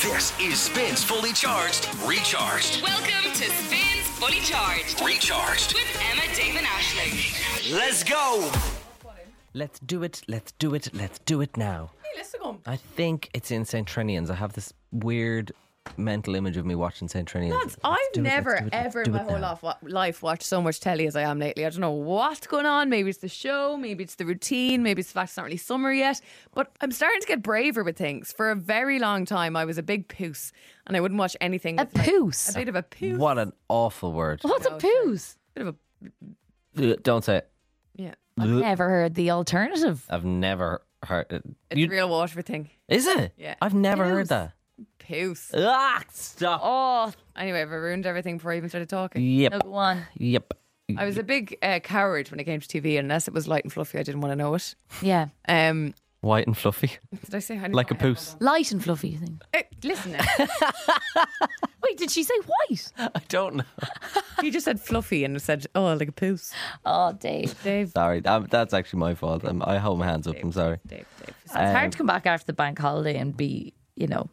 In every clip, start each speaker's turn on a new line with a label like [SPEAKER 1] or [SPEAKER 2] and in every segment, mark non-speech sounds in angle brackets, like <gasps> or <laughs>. [SPEAKER 1] This is Spins Fully Charged, Recharged,
[SPEAKER 2] Welcome to Spins Fully Charged
[SPEAKER 1] Recharged.
[SPEAKER 2] with Emma Damon Ashley.
[SPEAKER 1] Let's go!
[SPEAKER 3] Let's do it, let's do it, let's do it now.
[SPEAKER 4] Hey, listen to him.
[SPEAKER 3] I think it's in St. Trinian's. I have this weird mental image of me watching St. Trinian's.
[SPEAKER 4] Lads,
[SPEAKER 3] Let's
[SPEAKER 4] I've
[SPEAKER 3] do it, let's
[SPEAKER 4] never,
[SPEAKER 3] do it, let's
[SPEAKER 4] ever
[SPEAKER 3] do
[SPEAKER 4] in my
[SPEAKER 3] it
[SPEAKER 4] whole
[SPEAKER 3] now.
[SPEAKER 4] life, wa- life watched so much telly as I am lately. I don't know what's going on. Maybe it's the show, maybe it's the routine, maybe it's the fact it's not really summer yet. But I'm starting to get braver with things. For a very long time, I was a big poos and I wouldn't watch anything.
[SPEAKER 5] A
[SPEAKER 4] with, like,
[SPEAKER 5] poos?
[SPEAKER 4] a bit of a poos.
[SPEAKER 3] What an awful
[SPEAKER 4] <laughs>
[SPEAKER 3] word.
[SPEAKER 5] What's a poos?
[SPEAKER 4] Bit of a
[SPEAKER 3] Ugh, Don't say it.
[SPEAKER 4] yeah.
[SPEAKER 5] I've never heard the alternative.
[SPEAKER 3] I've never heard it.
[SPEAKER 4] It's
[SPEAKER 3] You-
[SPEAKER 4] a real water thing.
[SPEAKER 3] is it?
[SPEAKER 4] Yeah.
[SPEAKER 3] I've never
[SPEAKER 4] It
[SPEAKER 3] heard
[SPEAKER 4] is.
[SPEAKER 3] that.
[SPEAKER 4] Poos.
[SPEAKER 3] Ah, stop.
[SPEAKER 5] Oh,
[SPEAKER 4] Anyway, have I ruined everything before I even started talking?
[SPEAKER 3] Yep.
[SPEAKER 5] no, go on.
[SPEAKER 3] Yep.
[SPEAKER 4] I was a big uh, coward when it came to TV, and unless it was light and fluffy, I didn't want to know it.
[SPEAKER 5] Yeah.
[SPEAKER 4] Um,
[SPEAKER 3] White and fluffy. <laughs>
[SPEAKER 4] did I say
[SPEAKER 3] Like a poos.
[SPEAKER 5] Light and fluffy, you think.
[SPEAKER 4] Uh, listen, now.
[SPEAKER 5] Wait, did she say white?
[SPEAKER 3] <laughs> I don't know.
[SPEAKER 4] he just said fluffy and said, "Oh, like a poos."
[SPEAKER 5] Oh, Dave.
[SPEAKER 4] Dave,
[SPEAKER 3] Sorry. Um, that's actually my fault. Um, I hold my hands up. I'm sorry.
[SPEAKER 4] Dave, Dave.
[SPEAKER 5] It's hard to come back after the bank holiday and be, you know,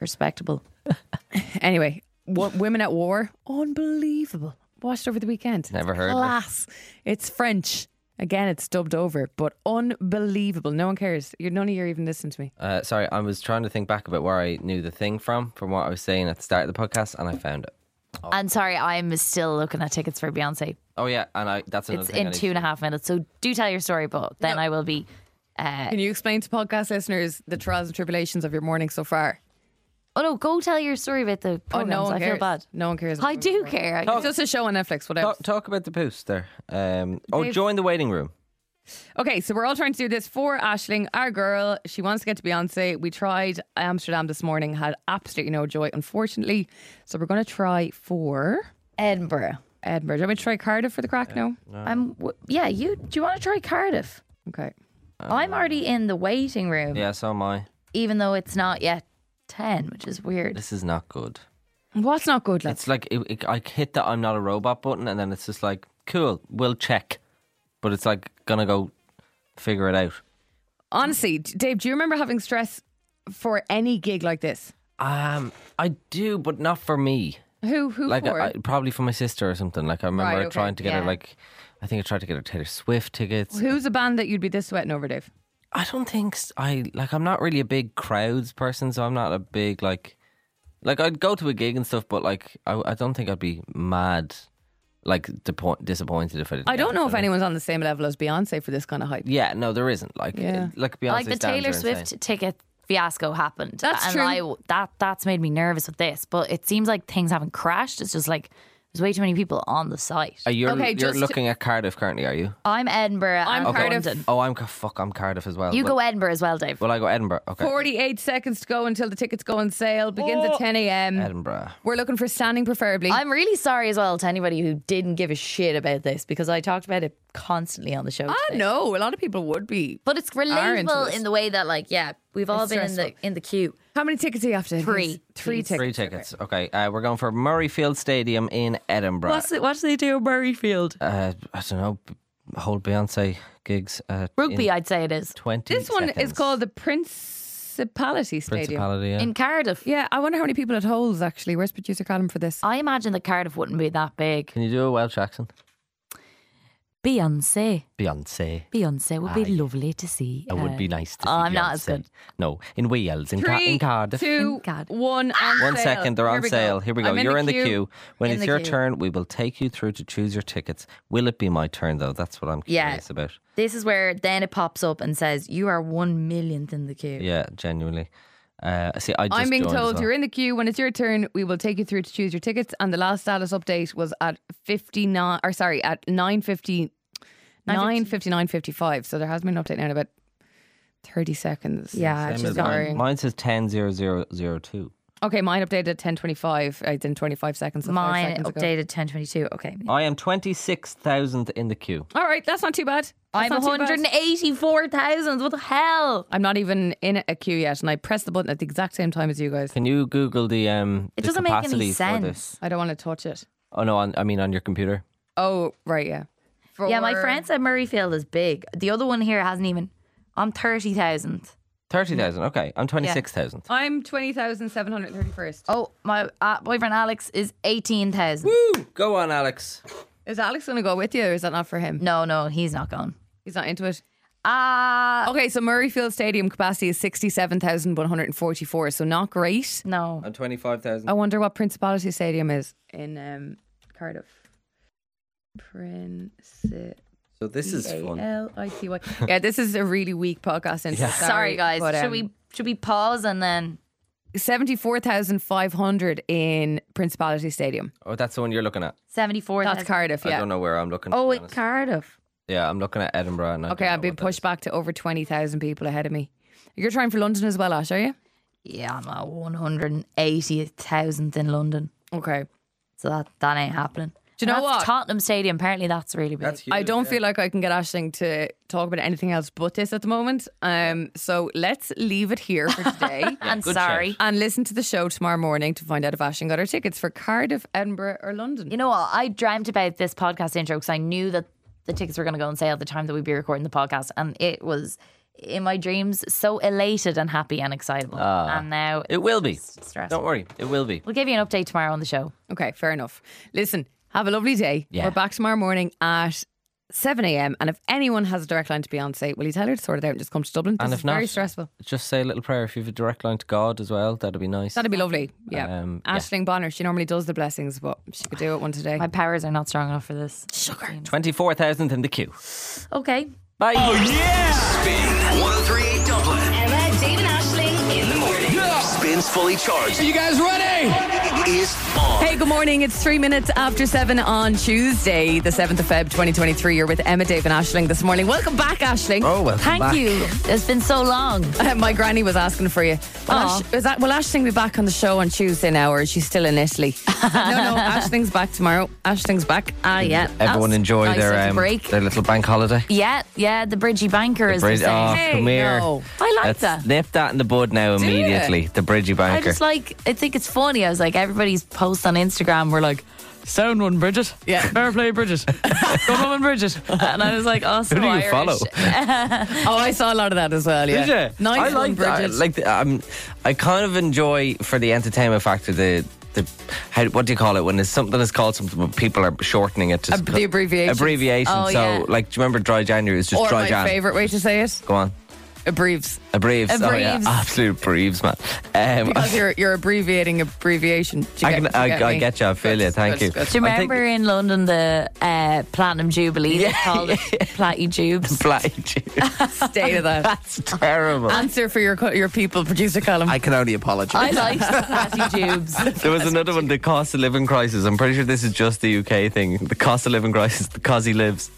[SPEAKER 5] respectable.
[SPEAKER 4] Anyway, wo- women at war, unbelievable. Watched over the weekend.
[SPEAKER 3] Never heard of it.
[SPEAKER 4] Class. It's French. Again, it's dubbed over, but unbelievable. No one cares. You're none of you are even listening to me.
[SPEAKER 3] Uh, sorry, I was trying to think back about where I knew the thing from, from what I was saying at the start of the podcast, and I found it.
[SPEAKER 5] And sorry, I'm still looking at tickets for Beyonce.
[SPEAKER 3] Oh yeah, and I that's another
[SPEAKER 5] It's
[SPEAKER 3] thing. I
[SPEAKER 5] in
[SPEAKER 3] need
[SPEAKER 5] two and a half minutes. So do tell your story, but then I will be. Uh,
[SPEAKER 4] Can you explain to podcast listeners the trials and tribulations of your morning so far?
[SPEAKER 5] oh, no, go tell your story about the
[SPEAKER 4] Oh,
[SPEAKER 5] programs.
[SPEAKER 4] no one
[SPEAKER 5] I
[SPEAKER 4] cares.
[SPEAKER 5] feel bad.
[SPEAKER 4] No one cares.
[SPEAKER 5] I do care. I-
[SPEAKER 4] It's just a show on Netflix. Whatever.
[SPEAKER 3] Talk, talk about the post there. Um, oh,
[SPEAKER 4] They've-
[SPEAKER 3] join the waiting room.
[SPEAKER 4] Okay, so we're all trying to do this for Ashling, our girl. She wants to get to Beyonce. We tried Amsterdam this morning, had absolutely no joy, unfortunately. So we're going to try for
[SPEAKER 5] Edinburgh.
[SPEAKER 4] Edinburgh. Do you want me to try Cardiff for the crack? No?
[SPEAKER 5] I'm. w- Yeah, you. Do you want to try Cardiff?
[SPEAKER 4] Okay.
[SPEAKER 5] I'm already in the waiting room,
[SPEAKER 3] Yeah, so am I.
[SPEAKER 5] even though it's not yet ten, which is weird.
[SPEAKER 3] This is not good.
[SPEAKER 4] What's not good, lads?
[SPEAKER 3] It's like it, it, I hit the I'm not a robot button, and then it's just like cool. We'll check, but it's like gonna go figure it out.
[SPEAKER 4] Honestly, D- Dave, do you remember having stress for any gig like this?
[SPEAKER 3] Um, I do, but not for me.
[SPEAKER 4] Who who
[SPEAKER 3] Like
[SPEAKER 4] for?
[SPEAKER 3] I, probably for my sister or something. Like I remember
[SPEAKER 4] Right, okay,
[SPEAKER 3] trying to get her
[SPEAKER 5] yeah.
[SPEAKER 3] like. I think I tried to get her Taylor Swift tickets.
[SPEAKER 4] Who's a band that you'd be this sweating over, Dave?
[SPEAKER 3] I don't think s- I like. I'm not really a big crowds person, so I'm not a big like. Like I'd go to a gig and stuff, but like I, I don't think I'd be mad, like depo- disappointed if I didn't.
[SPEAKER 4] I
[SPEAKER 3] get
[SPEAKER 4] don't
[SPEAKER 3] it,
[SPEAKER 4] know if
[SPEAKER 3] you
[SPEAKER 4] anyone's on the same level as Beyonce for this kind of hype.
[SPEAKER 3] Yeah, no, there isn't. Like,
[SPEAKER 4] Yeah.
[SPEAKER 3] it- like Beyonce
[SPEAKER 5] Like the
[SPEAKER 3] stands
[SPEAKER 5] Taylor
[SPEAKER 3] are insane.
[SPEAKER 5] Swift ticket fiasco happened.
[SPEAKER 4] That's
[SPEAKER 5] and
[SPEAKER 4] true.
[SPEAKER 5] I w that that's made me nervous with this, but it seems like things haven't crashed. It's just like there's way too many people on the site.
[SPEAKER 3] Are you
[SPEAKER 4] Okay,
[SPEAKER 3] Uh, you're
[SPEAKER 4] just-
[SPEAKER 3] looking at Cardiff currently? Are you?
[SPEAKER 5] I'm Edinburgh.
[SPEAKER 4] I'm
[SPEAKER 5] and
[SPEAKER 4] Okay. Cardiff.
[SPEAKER 5] London.
[SPEAKER 3] Oh, I'm Ca- fuck. I'm Cardiff as well.
[SPEAKER 5] You
[SPEAKER 3] Well-
[SPEAKER 5] go Edinburgh as well, Dave.
[SPEAKER 3] Well, I go Edinburgh. Okay,
[SPEAKER 4] 48 seconds to go until the tickets go on sale. Begins at 10 a.m.
[SPEAKER 3] Oh. Edinburgh.
[SPEAKER 4] We're looking for standing preferably.
[SPEAKER 5] I'm really sorry as well to anybody who didn't give a shit about this because I talked about it constantly on the show.
[SPEAKER 4] I
[SPEAKER 5] today.
[SPEAKER 4] know a lot of people would be.
[SPEAKER 5] But it's
[SPEAKER 4] Are into
[SPEAKER 5] relatable
[SPEAKER 4] this.
[SPEAKER 5] in the way that, like, yeah, we've all
[SPEAKER 4] It's
[SPEAKER 5] been in the
[SPEAKER 4] stressful.
[SPEAKER 5] in the queue.
[SPEAKER 4] How many tickets do you have to?
[SPEAKER 5] Three.
[SPEAKER 4] Three tickets.
[SPEAKER 3] Three tickets. Okay, uh, we're going for Murrayfield Stadium in Edinburgh.
[SPEAKER 5] it? What's they do, Murrayfield?
[SPEAKER 3] uh, I don't know. b- Whole Beyonce gigs. Uh,
[SPEAKER 5] Rugby, I'd say it is.
[SPEAKER 3] Twenty.
[SPEAKER 4] This one is
[SPEAKER 3] seconds.
[SPEAKER 4] called the Principality Stadium.
[SPEAKER 3] Principality. Yeah.
[SPEAKER 5] In Cardiff,
[SPEAKER 4] Yeah, I wonder how many people it holds actually. Where's producer Callum for this?
[SPEAKER 5] I imagine that Cardiff wouldn't be that big.
[SPEAKER 3] Can you do a Welsh accent?
[SPEAKER 5] Beyonce,
[SPEAKER 3] Beyonce.
[SPEAKER 5] Beyonce would be lovely to see. uh,
[SPEAKER 3] It would be nice to see.
[SPEAKER 5] I'm not as
[SPEAKER 3] Beyonce.
[SPEAKER 5] good.
[SPEAKER 3] No, in Wales, in, Ca- in Cardiff.
[SPEAKER 4] two,
[SPEAKER 5] In Cardiff.
[SPEAKER 4] one, on
[SPEAKER 3] One
[SPEAKER 4] sale.
[SPEAKER 3] second, they're
[SPEAKER 4] Here
[SPEAKER 3] on
[SPEAKER 4] we go.
[SPEAKER 3] sale. Here we go.
[SPEAKER 4] I'm
[SPEAKER 3] You're in the queue. When
[SPEAKER 5] In
[SPEAKER 3] it's
[SPEAKER 5] the
[SPEAKER 3] your
[SPEAKER 5] queue.
[SPEAKER 3] turn, we will take you through to choose your tickets. Will it be my turn though? That's what I'm
[SPEAKER 5] Yeah.
[SPEAKER 3] curious about.
[SPEAKER 5] This is where then it pops up and says you are one millionth in the queue.
[SPEAKER 3] Yeah, genuinely. Uh, see, I just
[SPEAKER 4] I'm being
[SPEAKER 3] joined as
[SPEAKER 4] told
[SPEAKER 3] well.
[SPEAKER 4] you're in the queue. When it's your turn, we will take you through to choose your tickets. And the last status update was at 59, or sorry, at 9.50, 9.59.55. So there has been an update now in about 30 seconds.
[SPEAKER 5] Yeah,
[SPEAKER 3] Same
[SPEAKER 5] she's
[SPEAKER 3] as mine.
[SPEAKER 4] boring.
[SPEAKER 3] mine says ten zero zero zero two.
[SPEAKER 4] Okay, mine updated at 10.25. I did 25 seconds. so five
[SPEAKER 5] Mine
[SPEAKER 4] seconds ago.
[SPEAKER 5] updated ten twenty two. Okay,
[SPEAKER 3] I am twenty six thousand in the queue.
[SPEAKER 4] All right, that's not too bad. That's
[SPEAKER 5] I'm
[SPEAKER 4] not
[SPEAKER 5] one
[SPEAKER 4] too bad.
[SPEAKER 5] hundred and eighty four thousand. What the hell?
[SPEAKER 4] I'm not even in a queue yet, and I pressed the button at the exact same time as you guys.
[SPEAKER 3] Can you Google the um?
[SPEAKER 5] It
[SPEAKER 3] the
[SPEAKER 5] doesn't make
[SPEAKER 3] capacity
[SPEAKER 5] any
[SPEAKER 3] for
[SPEAKER 5] sense.
[SPEAKER 4] I don't want to touch it.
[SPEAKER 3] the- oh no, on, I mean on your computer.
[SPEAKER 4] Oh, right, yeah.
[SPEAKER 5] Yeah, my
[SPEAKER 4] For-
[SPEAKER 5] friend said Murrayfield is big. The other one here hasn't even. I'm thirty thousand.
[SPEAKER 3] Thirty thousand. Okay, I'm twenty six thousand.
[SPEAKER 4] I'm 20,731st.
[SPEAKER 5] Oh, my uh, boyfriend Alex is 18,000.
[SPEAKER 3] Woo! Go on, Alex.
[SPEAKER 4] Is Alex going to go with you or is that not for him?
[SPEAKER 5] No, no, he's not going.
[SPEAKER 4] He's not into it.
[SPEAKER 5] Ah,
[SPEAKER 4] Okay, so Murrayfield Stadium capacity is 67,144, so not great.
[SPEAKER 5] no.
[SPEAKER 3] I'm twenty five thousand.
[SPEAKER 4] I wonder what Principality Stadium is in um, Cardiff. Princi-
[SPEAKER 3] So this is fun.
[SPEAKER 4] L-I-T-Y. Yeah, this is a really weak podcast. intro.
[SPEAKER 5] Sorry, guys.
[SPEAKER 4] but,
[SPEAKER 5] should
[SPEAKER 4] um,
[SPEAKER 5] we should we pause and then
[SPEAKER 4] 74,500 in Principality Stadium.
[SPEAKER 3] Oh, that's the one you're looking at.
[SPEAKER 5] 74?
[SPEAKER 4] That's Cardiff,
[SPEAKER 3] I
[SPEAKER 4] yeah.
[SPEAKER 3] don't know where I'm looking. to
[SPEAKER 5] Oh,
[SPEAKER 3] be
[SPEAKER 5] wait,
[SPEAKER 3] honest.
[SPEAKER 5] Cardiff.
[SPEAKER 3] yeah, I'm looking at Edinburgh. And I
[SPEAKER 4] Okay,
[SPEAKER 3] don't
[SPEAKER 4] I've
[SPEAKER 3] know
[SPEAKER 4] been
[SPEAKER 3] what that
[SPEAKER 4] pushed back to over 20,000 people ahead of me. You're trying for London as well, Ash, are you?
[SPEAKER 5] Yeah, I'm at 180,000th in London.
[SPEAKER 4] Okay.
[SPEAKER 5] So that, that ain't happening.
[SPEAKER 4] Do you
[SPEAKER 5] And
[SPEAKER 4] know
[SPEAKER 5] that's
[SPEAKER 4] what?
[SPEAKER 5] Tottenham Stadium, apparently that's really big.
[SPEAKER 3] is. That's huge,
[SPEAKER 4] I don't
[SPEAKER 3] yeah.
[SPEAKER 4] feel like I can get Ashling to talk about anything else but this at the moment. Um, so let's leave it here for
[SPEAKER 3] <laughs>
[SPEAKER 4] today
[SPEAKER 5] and
[SPEAKER 3] good
[SPEAKER 5] sorry.
[SPEAKER 4] and listen to the show tomorrow morning to find out if Ashling got her tickets for Cardiff, Edinburgh, or London.
[SPEAKER 5] You know what? I dreamt about this podcast intro because I knew that the tickets were going to go on sale at the time that we'd be recording the podcast. And it was, in my dreams, so elated and happy and excitable. and now
[SPEAKER 3] It will be.
[SPEAKER 5] stressful.
[SPEAKER 3] Don't worry, it will be.
[SPEAKER 5] we'll give you an update tomorrow on the show.
[SPEAKER 4] Okay, fair enough. Listen, have a lovely day.
[SPEAKER 3] Yeah.
[SPEAKER 4] We're back tomorrow morning at 7 a.m. And if anyone has a direct line to Beyonce, will you tell her to sort it out and just come to Dublin? This
[SPEAKER 3] And
[SPEAKER 4] is
[SPEAKER 3] if not,
[SPEAKER 4] very stressful.
[SPEAKER 3] Just say a little prayer if you have a direct line to God as well. That'd be nice.
[SPEAKER 4] That'd be lovely. Yeah.
[SPEAKER 3] Um, yeah.
[SPEAKER 4] Ashling Bonner, she normally does the blessings, but she could do it one today.
[SPEAKER 5] My powers are not strong enough for this. Sugar.
[SPEAKER 3] twenty four thousand in the queue.
[SPEAKER 5] Okay.
[SPEAKER 3] Bye.
[SPEAKER 6] Oh,
[SPEAKER 1] Spin 1038 Dublin.
[SPEAKER 2] Emma, Dave, and Ashling in the morning.
[SPEAKER 1] Spins fully charged. Are you guys ready? Is on.
[SPEAKER 4] Hey, good morning. It's three minutes after seven on Tuesday, the 7th of Feb, 2023. You're with Emma, Dave, and Ashling this morning. Welcome back, Ashling.
[SPEAKER 3] Oh well.
[SPEAKER 5] Thank you. It's been so long.
[SPEAKER 4] <laughs> My granny was asking for you. Will,
[SPEAKER 5] Aw.
[SPEAKER 4] Ash- is that, will Ashling be back on the show on Tuesday now, or is she still in Italy? <laughs> no, no, Ashling's back tomorrow. Ashling's back.
[SPEAKER 5] Ah, yeah.
[SPEAKER 3] Mm, Everyone
[SPEAKER 5] That's
[SPEAKER 3] enjoy
[SPEAKER 5] nice
[SPEAKER 3] their
[SPEAKER 5] little
[SPEAKER 3] um,
[SPEAKER 5] break.
[SPEAKER 3] their little bank holiday.
[SPEAKER 5] yeah, yeah. The Bridgie Banker is
[SPEAKER 3] Brid-
[SPEAKER 5] the same.
[SPEAKER 3] oh,
[SPEAKER 4] Hey,
[SPEAKER 3] come here.
[SPEAKER 4] no.
[SPEAKER 5] I like
[SPEAKER 3] Let's
[SPEAKER 5] that.
[SPEAKER 3] nip that in the bud now immediately. The Bridgie Banker.
[SPEAKER 5] I just like. I think it's funny. I was like, everybody's posts on Instagram were like, "Sound one, Bridget."
[SPEAKER 4] Yeah.
[SPEAKER 5] <laughs> fair play, Bridget. Good woman, Bridget. And I was like, "Oh, so
[SPEAKER 3] Who do you
[SPEAKER 5] Irish.
[SPEAKER 3] follow?
[SPEAKER 4] Oh, I saw a lot of that as well. Yeah.
[SPEAKER 3] Did you?
[SPEAKER 4] Nice
[SPEAKER 3] I
[SPEAKER 4] one,
[SPEAKER 3] like that.
[SPEAKER 4] Bridget.
[SPEAKER 3] Like the, um, I kind of enjoy for the entertainment factor the the how, what do you call it when it's something is called something but people are shortening it to
[SPEAKER 4] Ab- the abbreviations.
[SPEAKER 3] Abbreviation.
[SPEAKER 5] Oh,
[SPEAKER 3] so
[SPEAKER 5] yeah.
[SPEAKER 3] like, do you remember Dry January? It's just
[SPEAKER 4] or
[SPEAKER 3] Dry
[SPEAKER 4] my
[SPEAKER 3] Jan.
[SPEAKER 4] favourite way to say it,
[SPEAKER 3] Go on.
[SPEAKER 4] abbreves.
[SPEAKER 3] Abreves. Oh yeah,
[SPEAKER 5] Abreves.
[SPEAKER 3] absolute breves, man. Um,
[SPEAKER 4] Because you're, you're abbreviating abbreviation. Do
[SPEAKER 3] <laughs>
[SPEAKER 4] you
[SPEAKER 3] I can,
[SPEAKER 4] get, do
[SPEAKER 3] I,
[SPEAKER 4] you
[SPEAKER 3] get I
[SPEAKER 4] me?
[SPEAKER 3] get you. I feel you.
[SPEAKER 4] Good,
[SPEAKER 3] Thank
[SPEAKER 4] good,
[SPEAKER 3] you. <laughs>
[SPEAKER 4] good.
[SPEAKER 5] Do you
[SPEAKER 3] I think-
[SPEAKER 5] remember in London the uh, Platinum Jubilee? They
[SPEAKER 3] <laughs>
[SPEAKER 5] called it Platy Jubes.
[SPEAKER 3] Flat Jews.
[SPEAKER 4] <laughs> Stay
[SPEAKER 3] <laughs>
[SPEAKER 4] to that. <laughs>
[SPEAKER 3] That's terrible.
[SPEAKER 4] Answer for your co- your people producer column.
[SPEAKER 6] I can only apologise.
[SPEAKER 5] I liked Platy
[SPEAKER 3] <laughs>
[SPEAKER 5] Jubes.
[SPEAKER 3] There was another one, the cost of living crisis. I'm pretty sure this is just the UK thing. The cost of living crisis, the Cosy lives.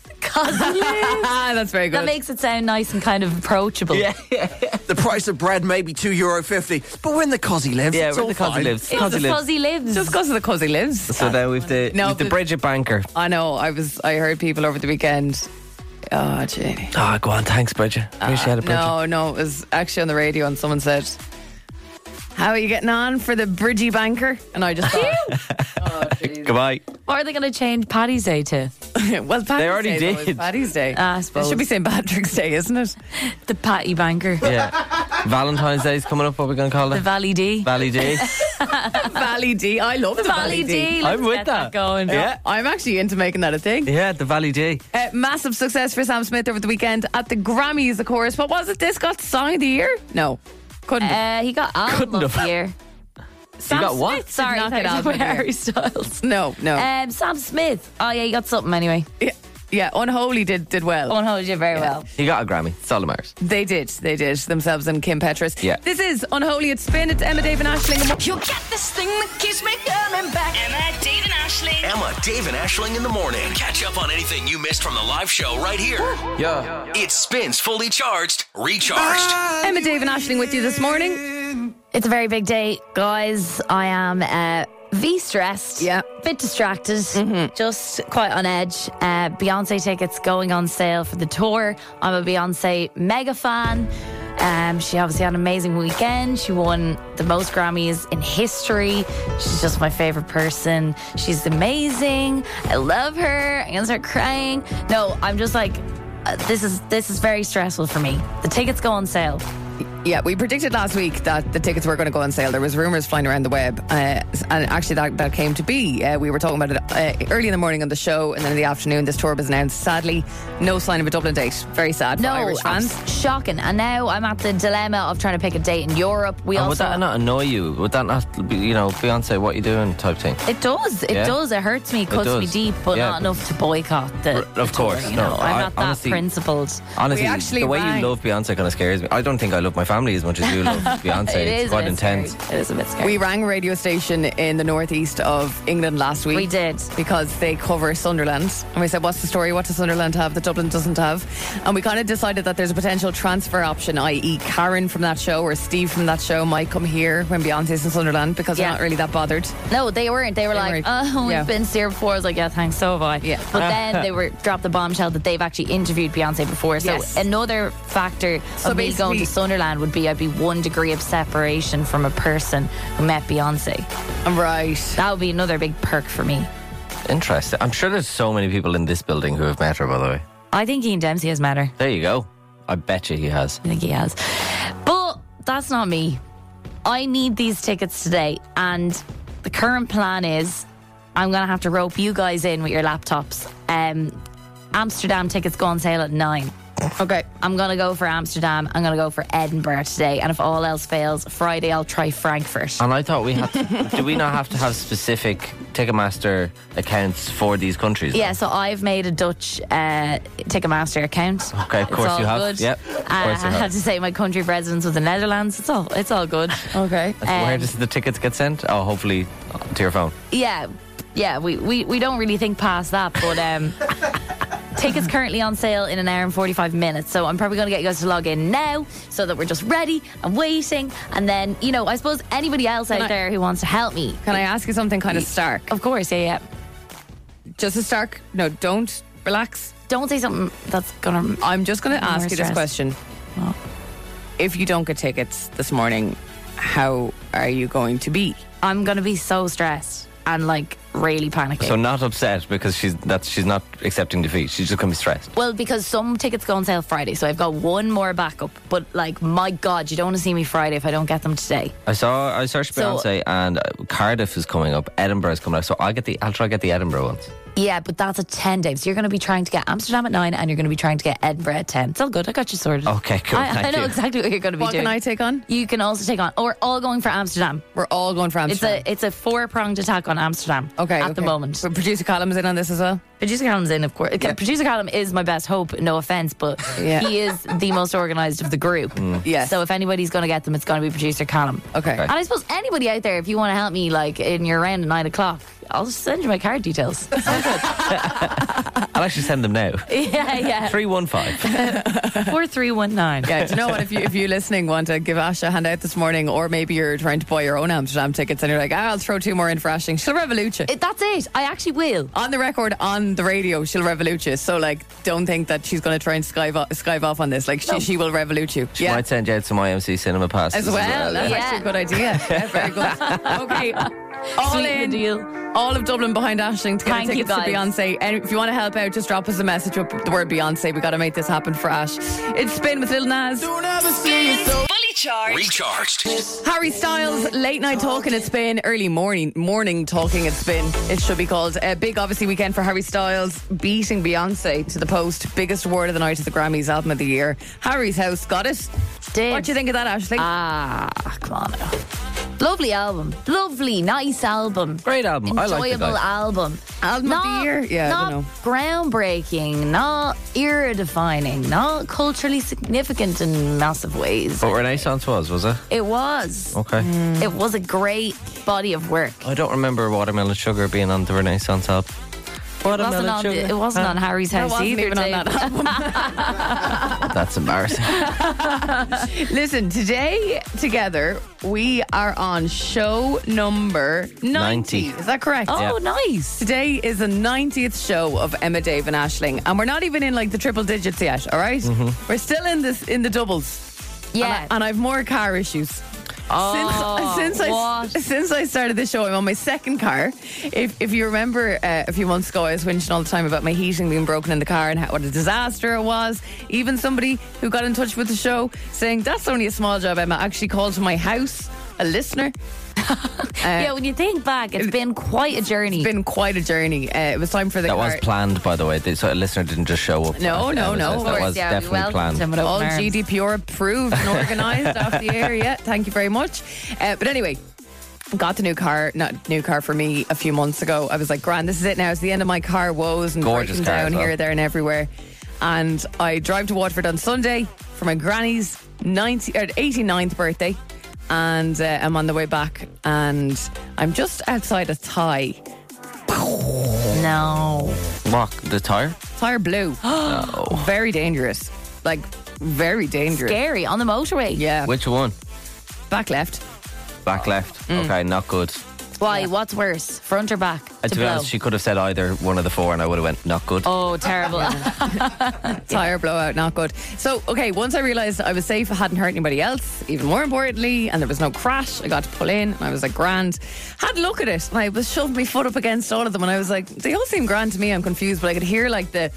[SPEAKER 4] <laughs>
[SPEAKER 5] 'Cause
[SPEAKER 4] ah, that's very good.
[SPEAKER 5] that makes it sound nice and kind of approachable.
[SPEAKER 6] the price of bread may be two euro fifty, but when the cosy lives,
[SPEAKER 3] Yeah,
[SPEAKER 6] it's
[SPEAKER 3] where
[SPEAKER 6] all
[SPEAKER 3] the Cosy
[SPEAKER 6] fine.
[SPEAKER 3] lives.
[SPEAKER 5] It's
[SPEAKER 3] Cosy lives.
[SPEAKER 5] Fuzzy Lives.
[SPEAKER 4] just because of the cause he lives.
[SPEAKER 3] So then we've the
[SPEAKER 4] No,
[SPEAKER 3] we've the
[SPEAKER 4] but-
[SPEAKER 3] Bridget Banker.
[SPEAKER 4] I know. I was. I heard people over the weekend. Oh, Jenny.
[SPEAKER 3] Ah, go on, thanks, Bridget. Appreciate it, Bridget.
[SPEAKER 4] No, no. It was actually on the radio, and someone said, "How are you getting on for the Bridgie Banker?"
[SPEAKER 3] <laughs>
[SPEAKER 4] And I just thought, <laughs>
[SPEAKER 3] Goodbye.
[SPEAKER 5] Or are they going to change Paddy's Day to
[SPEAKER 4] "Well, Paddy's
[SPEAKER 3] already
[SPEAKER 4] Day is always
[SPEAKER 3] did. Uh,
[SPEAKER 4] Paddy's Day.
[SPEAKER 5] Ah, I
[SPEAKER 4] it
[SPEAKER 5] suppose.
[SPEAKER 4] should be St Patrick's Day,
[SPEAKER 3] <laughs>
[SPEAKER 4] isn't it?
[SPEAKER 5] the Patty Banker,
[SPEAKER 3] Yeah. Valentine's Day's coming up. What are we going to call
[SPEAKER 5] the
[SPEAKER 3] it?
[SPEAKER 5] Valley D?
[SPEAKER 3] Valley Day.
[SPEAKER 4] Valley D. I love the,
[SPEAKER 5] Valley D. Let's
[SPEAKER 3] I'm with
[SPEAKER 5] get
[SPEAKER 3] that.
[SPEAKER 5] going.
[SPEAKER 3] Yeah.
[SPEAKER 4] I'm actually into making that a thing.
[SPEAKER 3] Yeah, the Valley Day.
[SPEAKER 4] Uh, massive success for Sam Smith over the weekend at the Grammys, of course. What was it? This got Song of the Year? No. Couldn't. have.
[SPEAKER 5] Uh, he got album
[SPEAKER 3] Couldn't
[SPEAKER 5] of the
[SPEAKER 3] have.
[SPEAKER 5] year.
[SPEAKER 4] Sam
[SPEAKER 3] got what?
[SPEAKER 4] Smith did
[SPEAKER 5] Sorry,
[SPEAKER 4] not get
[SPEAKER 5] that was
[SPEAKER 4] Album of the Year.
[SPEAKER 5] Harry Styles.
[SPEAKER 4] No, no.
[SPEAKER 5] <laughs>
[SPEAKER 3] uh,
[SPEAKER 5] Um, Sam Smith. Oh yeah, he got something anyway.
[SPEAKER 4] yeah, yeah, Unholy did did well.
[SPEAKER 5] One hold you very well.
[SPEAKER 3] He got a Grammy. It's all that matters.
[SPEAKER 4] they did. They did themselves and Kim Petras.
[SPEAKER 3] Yeah.
[SPEAKER 4] This is Unholy. It's Spin. It's Emma, Dave, and Ashling.
[SPEAKER 2] You'll get this thing that keeps me coming back. Emma, Dave, and Ashling.
[SPEAKER 1] Emma, Dave, and Ashling in the morning. Catch up on anything you missed from the live show right here.
[SPEAKER 3] Yeah.
[SPEAKER 1] It spins fully charged, recharged.
[SPEAKER 4] Emma, Dave, and Ashling with you this morning.
[SPEAKER 5] It's a very big day, guys. I am uh, v stressed.
[SPEAKER 4] Yeah.
[SPEAKER 5] bit distracted. Just quite on edge. Uh, Beyonce tickets going on sale for the tour. I'm a Beyonce mega fan. Um, she obviously had an amazing weekend. She won the most Grammys in history. She's just my favorite person. She's amazing. I love her. I'm gonna start crying. No, I'm just like, uh, this is this is very stressful for me. The tickets go on sale.
[SPEAKER 4] Yeah, we predicted last week that the tickets were going to go on sale. There was rumors flying around the web, uh, and actually that, that came to be. Uh, we were talking about it uh, early in the morning on the show, and then in the afternoon, this tour was announced. Sadly, no sign of a Dublin date. Very sad. for
[SPEAKER 5] No,
[SPEAKER 4] Irish fans.
[SPEAKER 5] abs- shocking. And now I'm at the dilemma of trying to pick a date in Europe. We
[SPEAKER 3] And would
[SPEAKER 5] also
[SPEAKER 3] that not annoy you? Would that not, be, you know, Beyonce, what you doing type thing?
[SPEAKER 5] it does. It
[SPEAKER 3] Yeah.
[SPEAKER 5] does. It hurts me, cuts me
[SPEAKER 3] does.
[SPEAKER 5] deep, but
[SPEAKER 3] Yeah.
[SPEAKER 5] not enough to boycott the.
[SPEAKER 3] R- of
[SPEAKER 5] the tour,
[SPEAKER 3] course,
[SPEAKER 5] you
[SPEAKER 3] no.
[SPEAKER 5] know? I'm
[SPEAKER 3] I-
[SPEAKER 5] not
[SPEAKER 3] honestly-
[SPEAKER 5] that principled.
[SPEAKER 3] Honestly,
[SPEAKER 4] We actually
[SPEAKER 3] the way
[SPEAKER 4] rang.
[SPEAKER 3] you love Beyonce kind of scares me. I don't think I love my family as much as you love Beyonce.
[SPEAKER 5] It
[SPEAKER 3] it's
[SPEAKER 5] is a
[SPEAKER 3] quite
[SPEAKER 5] bit
[SPEAKER 3] intense.
[SPEAKER 5] scary. It is a bit scary.
[SPEAKER 4] We rang a radio station in the northeast of England last week.
[SPEAKER 5] We did.
[SPEAKER 4] Because they cover Sunderland. And we said, What's the story? What does Sunderland have that Dublin doesn't have? And we kind of decided that there's a potential transfer option, i.e., Karen from that show or Steve from that show might come here when Beyonce's in Sunderland because
[SPEAKER 5] Yeah.
[SPEAKER 4] they're not really that bothered.
[SPEAKER 5] No, they weren't. They were like,
[SPEAKER 4] weren't.
[SPEAKER 5] oh, we've
[SPEAKER 4] Yeah.
[SPEAKER 5] been here before. I was like, yeah, thanks, so have I.
[SPEAKER 4] Yeah.
[SPEAKER 5] But then they were dropped the bombshell that they've actually interviewed Beyonce before. So
[SPEAKER 4] Yes.
[SPEAKER 5] another factor of me going
[SPEAKER 4] basically-
[SPEAKER 5] to Sunderland would be I'd be one degree of separation from a person who met Beyonce.
[SPEAKER 4] Right.
[SPEAKER 5] That would be another big perk for me.
[SPEAKER 3] Interesting. I'm sure there's so many people in this building who have met her, by the way.
[SPEAKER 5] I think Ian Dempsey has met her.
[SPEAKER 3] There you go. I bet you he has.
[SPEAKER 5] I think he has. But that's not me. I need these tickets today. And the current plan is I'm going to have to rope you guys in with your laptops. Um, Amsterdam tickets go on sale at nine.
[SPEAKER 4] Okay.
[SPEAKER 5] I'm going to go for Amsterdam. I'm going to go for Edinburgh today. And if all else fails, Friday I'll try Frankfurt.
[SPEAKER 3] And I thought we had.
[SPEAKER 5] <laughs>
[SPEAKER 3] To, do we not have to have specific Ticketmaster accounts for these countries?
[SPEAKER 5] Yeah, so I've made a Dutch uh, Ticketmaster account.
[SPEAKER 3] Okay, of
[SPEAKER 5] It's
[SPEAKER 3] course
[SPEAKER 5] all
[SPEAKER 3] you have.
[SPEAKER 5] good.
[SPEAKER 3] Yep,
[SPEAKER 5] Uh,
[SPEAKER 3] of
[SPEAKER 5] I
[SPEAKER 3] course you have.
[SPEAKER 5] have to say my country of residence was the Netherlands. It's all it's all good.
[SPEAKER 4] Okay.
[SPEAKER 3] Where
[SPEAKER 5] Um,
[SPEAKER 3] does the tickets get sent? Oh, hopefully to your phone.
[SPEAKER 5] yeah, yeah, we, we, we don't really think past that,
[SPEAKER 4] <laughs>
[SPEAKER 5] but um, tickets currently on sale in an hour and 45 minutes. So I'm probably going to get you guys to log in now so that we're just ready and waiting. And then, you know, I suppose anybody else out
[SPEAKER 4] I-
[SPEAKER 5] there who wants to help me.
[SPEAKER 4] Can I ask you something kind of stark?
[SPEAKER 5] Of course, yeah, yeah.
[SPEAKER 4] Just a stark. No, don't. Relax.
[SPEAKER 5] Don't say something that's going to.
[SPEAKER 4] I'm just going to
[SPEAKER 5] I'm
[SPEAKER 4] ask
[SPEAKER 5] more
[SPEAKER 4] you this
[SPEAKER 5] stressed.
[SPEAKER 4] question. If you don't get tickets this morning, how are you going to be?
[SPEAKER 5] I'm going to be so stressed and like really panicking.
[SPEAKER 3] So not upset because she's that's she's not accepting defeat. She's just gonna be stressed.
[SPEAKER 5] Well, because some tickets go on sale Friday, so I've got one more backup. But like, my God, you don't want to see me Friday if I don't get them today.
[SPEAKER 3] I saw I searched
[SPEAKER 5] So-
[SPEAKER 3] Beyonce and uh, Cardiff is coming up, Edinburgh is coming up. So I get the I'll try to get the Edinburgh ones.
[SPEAKER 5] Yeah, but that's a ten day. So you're going to be trying to get Amsterdam at nine, and you're going to be trying to get Edinburgh at ten. It's all good. I got you sorted.
[SPEAKER 3] Okay, cool.
[SPEAKER 5] I, I
[SPEAKER 3] Thank
[SPEAKER 5] know
[SPEAKER 3] you.
[SPEAKER 5] exactly what you're going to be
[SPEAKER 4] What
[SPEAKER 5] doing.
[SPEAKER 4] can I take on?
[SPEAKER 5] you can also take on, or all going for Amsterdam.
[SPEAKER 4] We're all going for
[SPEAKER 5] It's
[SPEAKER 4] Amsterdam.
[SPEAKER 5] a it's a four pronged attack on Amsterdam.
[SPEAKER 4] okay
[SPEAKER 5] at the
[SPEAKER 4] okay.
[SPEAKER 5] moment.
[SPEAKER 4] But producer Column's in on this as well.
[SPEAKER 5] Producer Callum's in, of course. Producer Callum is my best hope. No offense, but
[SPEAKER 4] Yeah.
[SPEAKER 5] he is the most organised of the group.
[SPEAKER 3] Mm.
[SPEAKER 4] Yes.
[SPEAKER 5] So if anybody's going to get them, it's going to be producer Callum.
[SPEAKER 4] Okay.
[SPEAKER 5] And I suppose anybody out there, if you want to help me, like in your round at nine o'clock, I'll just send you my card details. <laughs>
[SPEAKER 3] I'll actually send them now.
[SPEAKER 5] yeah, yeah.
[SPEAKER 3] Three one five.
[SPEAKER 5] Four three one nine.
[SPEAKER 4] Yeah, do you know what? If you
[SPEAKER 5] <laughs>
[SPEAKER 4] if you listening want to give Ash a hand out this morning, or maybe you're trying to buy your own Amsterdam tickets and you're like, ah, I'll throw two more in for Ashing. She'll revolute you.
[SPEAKER 5] It, that's it. I actually will.
[SPEAKER 4] on the record, on the radio, she'll revolute you. So like, don't think that she's going to try and skive off, skive off on this. Like, she, she will revolute you.
[SPEAKER 3] She might send you out some IMC cinema passes
[SPEAKER 4] as well. That's
[SPEAKER 5] yeah.
[SPEAKER 4] actually a good
[SPEAKER 5] <laughs>
[SPEAKER 4] idea. Yeah, very good. okay, all
[SPEAKER 5] Sweeten the
[SPEAKER 4] in.
[SPEAKER 5] deal.
[SPEAKER 4] All of Dublin behind Ashling to get
[SPEAKER 5] Thank you,
[SPEAKER 4] tickets to
[SPEAKER 5] guys.
[SPEAKER 4] Beyonce. And if you want to help out, just drop us a message with the word Beyonce. We got to make this happen for Ash. It's Spin with Lil Nas.
[SPEAKER 2] Fully charged.
[SPEAKER 1] Recharged.
[SPEAKER 4] Harry Styles, late night talking it's been early morning morning talking it's been it should be called a big obviously weekend for Harry Styles beating Beyonce to the post biggest award of the night at the Grammys album of the year Harry's house got it
[SPEAKER 3] Oh,
[SPEAKER 5] Did.
[SPEAKER 4] what do you think of that Ashley
[SPEAKER 5] Ah, come on. now. Lovely album. Lovely, nice album.
[SPEAKER 3] Great album. I
[SPEAKER 5] Enjoyable
[SPEAKER 3] like the guy.
[SPEAKER 5] album.
[SPEAKER 4] Album of the year? Yeah, I
[SPEAKER 5] not
[SPEAKER 4] dunno.
[SPEAKER 5] groundbreaking, not era defining, not culturally significant in massive ways.
[SPEAKER 3] But Renaissance was, was it?
[SPEAKER 5] It was.
[SPEAKER 3] Okay.
[SPEAKER 5] It was a great body of work.
[SPEAKER 3] I don't remember Watermelon Sugar being on the Renaissance album.
[SPEAKER 5] It wasn't
[SPEAKER 4] <laughs>
[SPEAKER 5] on, it wasn't on Harry's
[SPEAKER 4] That
[SPEAKER 5] house
[SPEAKER 4] wasn't
[SPEAKER 5] either.
[SPEAKER 4] even on
[SPEAKER 5] Dave.
[SPEAKER 4] that album.
[SPEAKER 3] That's
[SPEAKER 4] <laughs>
[SPEAKER 3] embarrassing.
[SPEAKER 4] Listen, today together we are on show number 90.
[SPEAKER 3] 90.
[SPEAKER 4] Is that correct?
[SPEAKER 5] Oh, nice.
[SPEAKER 4] Today is the 90th show of Emma Dave and Ashling, and we're not even in like the triple digits yet, all right? We're still in this in the doubles.
[SPEAKER 5] Yeah.
[SPEAKER 4] And I've more car issues.
[SPEAKER 5] Oh,
[SPEAKER 4] <laughs> since since I
[SPEAKER 5] what?
[SPEAKER 4] since I started the show, I'm on my second car. If if you remember uh, a few months ago, I was whinging all the time about my heating being broken in the car and how, what a disaster it was. Even somebody who got in touch with the show saying that's only a small job, Emma, actually called to my house. A listener.
[SPEAKER 5] yeah, when you think back, it's been quite a journey.
[SPEAKER 4] It's been quite a journey. Uh, it was time for the
[SPEAKER 3] That
[SPEAKER 4] car.
[SPEAKER 3] was planned, by the way. They- So a listener didn't just show up.
[SPEAKER 4] No,
[SPEAKER 3] at
[SPEAKER 4] no,
[SPEAKER 3] Emma's
[SPEAKER 4] no,
[SPEAKER 3] house.
[SPEAKER 4] of
[SPEAKER 3] That
[SPEAKER 4] course,
[SPEAKER 3] was
[SPEAKER 5] yeah, we
[SPEAKER 3] definitely
[SPEAKER 5] welcomed
[SPEAKER 3] planned.
[SPEAKER 5] them with
[SPEAKER 4] all
[SPEAKER 5] open arms.
[SPEAKER 4] GDPR approved and organised off the air. Yeah, thank you very much. Uh, but anyway. Got the new car, not new car for me a few months ago. I was like, Grand, this is it now. It's the end of my car woes and
[SPEAKER 3] Gorgeous
[SPEAKER 4] breaking
[SPEAKER 3] car as
[SPEAKER 4] down
[SPEAKER 3] well.
[SPEAKER 4] here, there, and everywhere. And I drive to Waterford on Sunday for my granny's 90, or 89th birthday. And uh, I'm on the way back, and I'm just outside a tie.
[SPEAKER 5] no.
[SPEAKER 3] What? The
[SPEAKER 4] <gasps>
[SPEAKER 3] tire? <gasps>
[SPEAKER 4] Tire blew. Very dangerous. Like, very dangerous.
[SPEAKER 5] Scary on the motorway.
[SPEAKER 4] Yeah.
[SPEAKER 3] Which one?
[SPEAKER 4] Back left. Mm.
[SPEAKER 3] Back left. Okay, not good.
[SPEAKER 5] Why? What's worse, front or back?
[SPEAKER 3] Uh, to be
[SPEAKER 5] blow?
[SPEAKER 3] honest, she could have said either one of the four, and I would have went not good.
[SPEAKER 5] oh, terrible.
[SPEAKER 4] Tire blowout, not good. So, okay, once I realised I was safe, I hadn't hurt anybody else, even more importantly, and there was no crash, I got to pull in and I was like, grand. Had a look at it and I was shoved my foot up against all of them and I was like, they all seem grand to me, I'm confused, but I could hear like the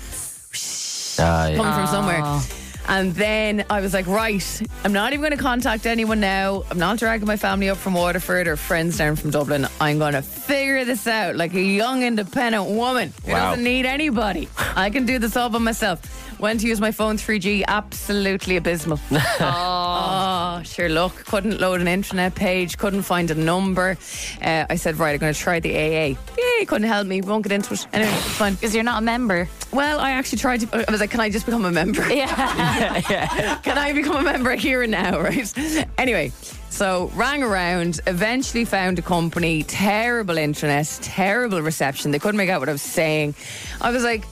[SPEAKER 3] Ah, yeah.
[SPEAKER 4] coming from somewhere. And then I was like, right, I'm not even going to contact anyone now. I'm not dragging my family up from Waterford or friends down from Dublin. I'm going to figure this out like a young independent woman who
[SPEAKER 3] Wow.
[SPEAKER 4] doesn't need anybody. I can do this all by myself. Went to use my phone 3G, absolutely abysmal. Oh, sure. Look, couldn't load an internet page, couldn't find a number. Uh, I said, right, I'm going to try the AA. Yay, couldn't help me, won't get into it. Anyway, it's fine.
[SPEAKER 5] <laughs> Because you're not a member.
[SPEAKER 4] Well, I actually tried to. I was like, can I just become a member?
[SPEAKER 5] <laughs> Yeah.
[SPEAKER 4] <laughs> Can I become a member here and now, right? Anyway, so rang around, eventually found a company, terrible internet, terrible reception. They couldn't make out what I was saying. I was like,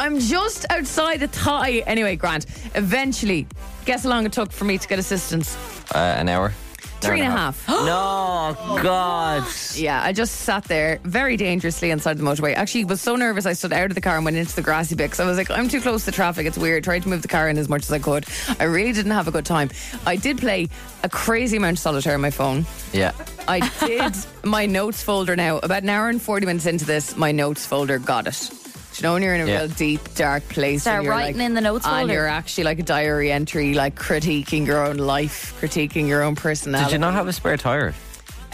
[SPEAKER 4] I'm just outside the tie. Anyway, Grant, eventually, guess how long it took for me to get assistance?
[SPEAKER 3] Uh, an hour.
[SPEAKER 4] Three and a <gasps> half.
[SPEAKER 3] No, God.
[SPEAKER 4] yeah, I just sat there very dangerously inside the motorway. Actually, was so nervous I stood out of the car and went into the grassy bit 'cause I was like, I'm too close to traffic. It's weird. Tried to move the car in as much as I could. I really didn't have a good time. I did play a crazy amount of solitaire on my phone.
[SPEAKER 3] Yeah.
[SPEAKER 5] <laughs>
[SPEAKER 4] I did my notes folder now. About an hour and 40 minutes into this, my notes folder got it. Do you know when you're in a
[SPEAKER 3] Yeah.
[SPEAKER 4] real deep, dark place?
[SPEAKER 5] Start
[SPEAKER 4] and you're
[SPEAKER 5] writing
[SPEAKER 4] like-
[SPEAKER 5] in the notes
[SPEAKER 4] And
[SPEAKER 5] folder.
[SPEAKER 4] you're actually like a diary entry, like critiquing your own life, critiquing your own
[SPEAKER 3] Did
[SPEAKER 4] personality.
[SPEAKER 3] you not have a spare tire?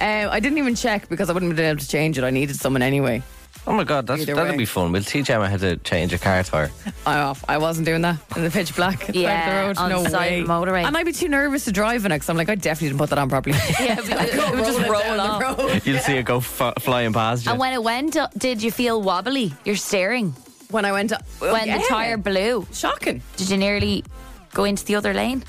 [SPEAKER 4] Um, I didn't even check because I wouldn't have been able to change it. I needed someone anyway.
[SPEAKER 3] Oh my God, that's,
[SPEAKER 4] Either
[SPEAKER 3] that'd
[SPEAKER 4] way.
[SPEAKER 3] be fun. We'll teach Emma how to change a car tire.
[SPEAKER 4] I off. I wasn't doing that in the pitch black. at the side
[SPEAKER 5] Yeah,
[SPEAKER 4] of the
[SPEAKER 5] on
[SPEAKER 4] road. no
[SPEAKER 5] the side
[SPEAKER 4] way.
[SPEAKER 5] of the motorway.
[SPEAKER 4] And I'd be too nervous to drive in it because I'm like, I definitely didn't put that on
[SPEAKER 5] <laughs>
[SPEAKER 4] properly.
[SPEAKER 5] <laughs> yeah it would <laughs> just roll off.
[SPEAKER 3] You'll see it go f- flying past you.
[SPEAKER 5] And when it went up, did you feel wobbly? You're staring.
[SPEAKER 4] When I went to,
[SPEAKER 5] When
[SPEAKER 4] Yeah.
[SPEAKER 5] the tire blew,
[SPEAKER 4] shocking.
[SPEAKER 5] did you nearly go into the other lane?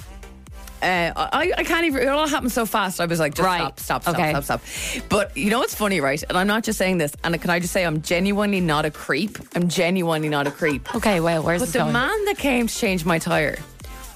[SPEAKER 4] Uh, I, I can't even. It all happened so fast. I was like, just
[SPEAKER 5] Right.
[SPEAKER 4] stop, stop, stop,
[SPEAKER 5] Okay.
[SPEAKER 4] stop, stop. But you know what's funny, right? And I'm not just saying this. And can I just say, I'm genuinely not a creep. I'm genuinely not a creep.
[SPEAKER 5] Okay, well, where's
[SPEAKER 4] But
[SPEAKER 5] this
[SPEAKER 4] the
[SPEAKER 5] going?
[SPEAKER 4] man that came to change my tire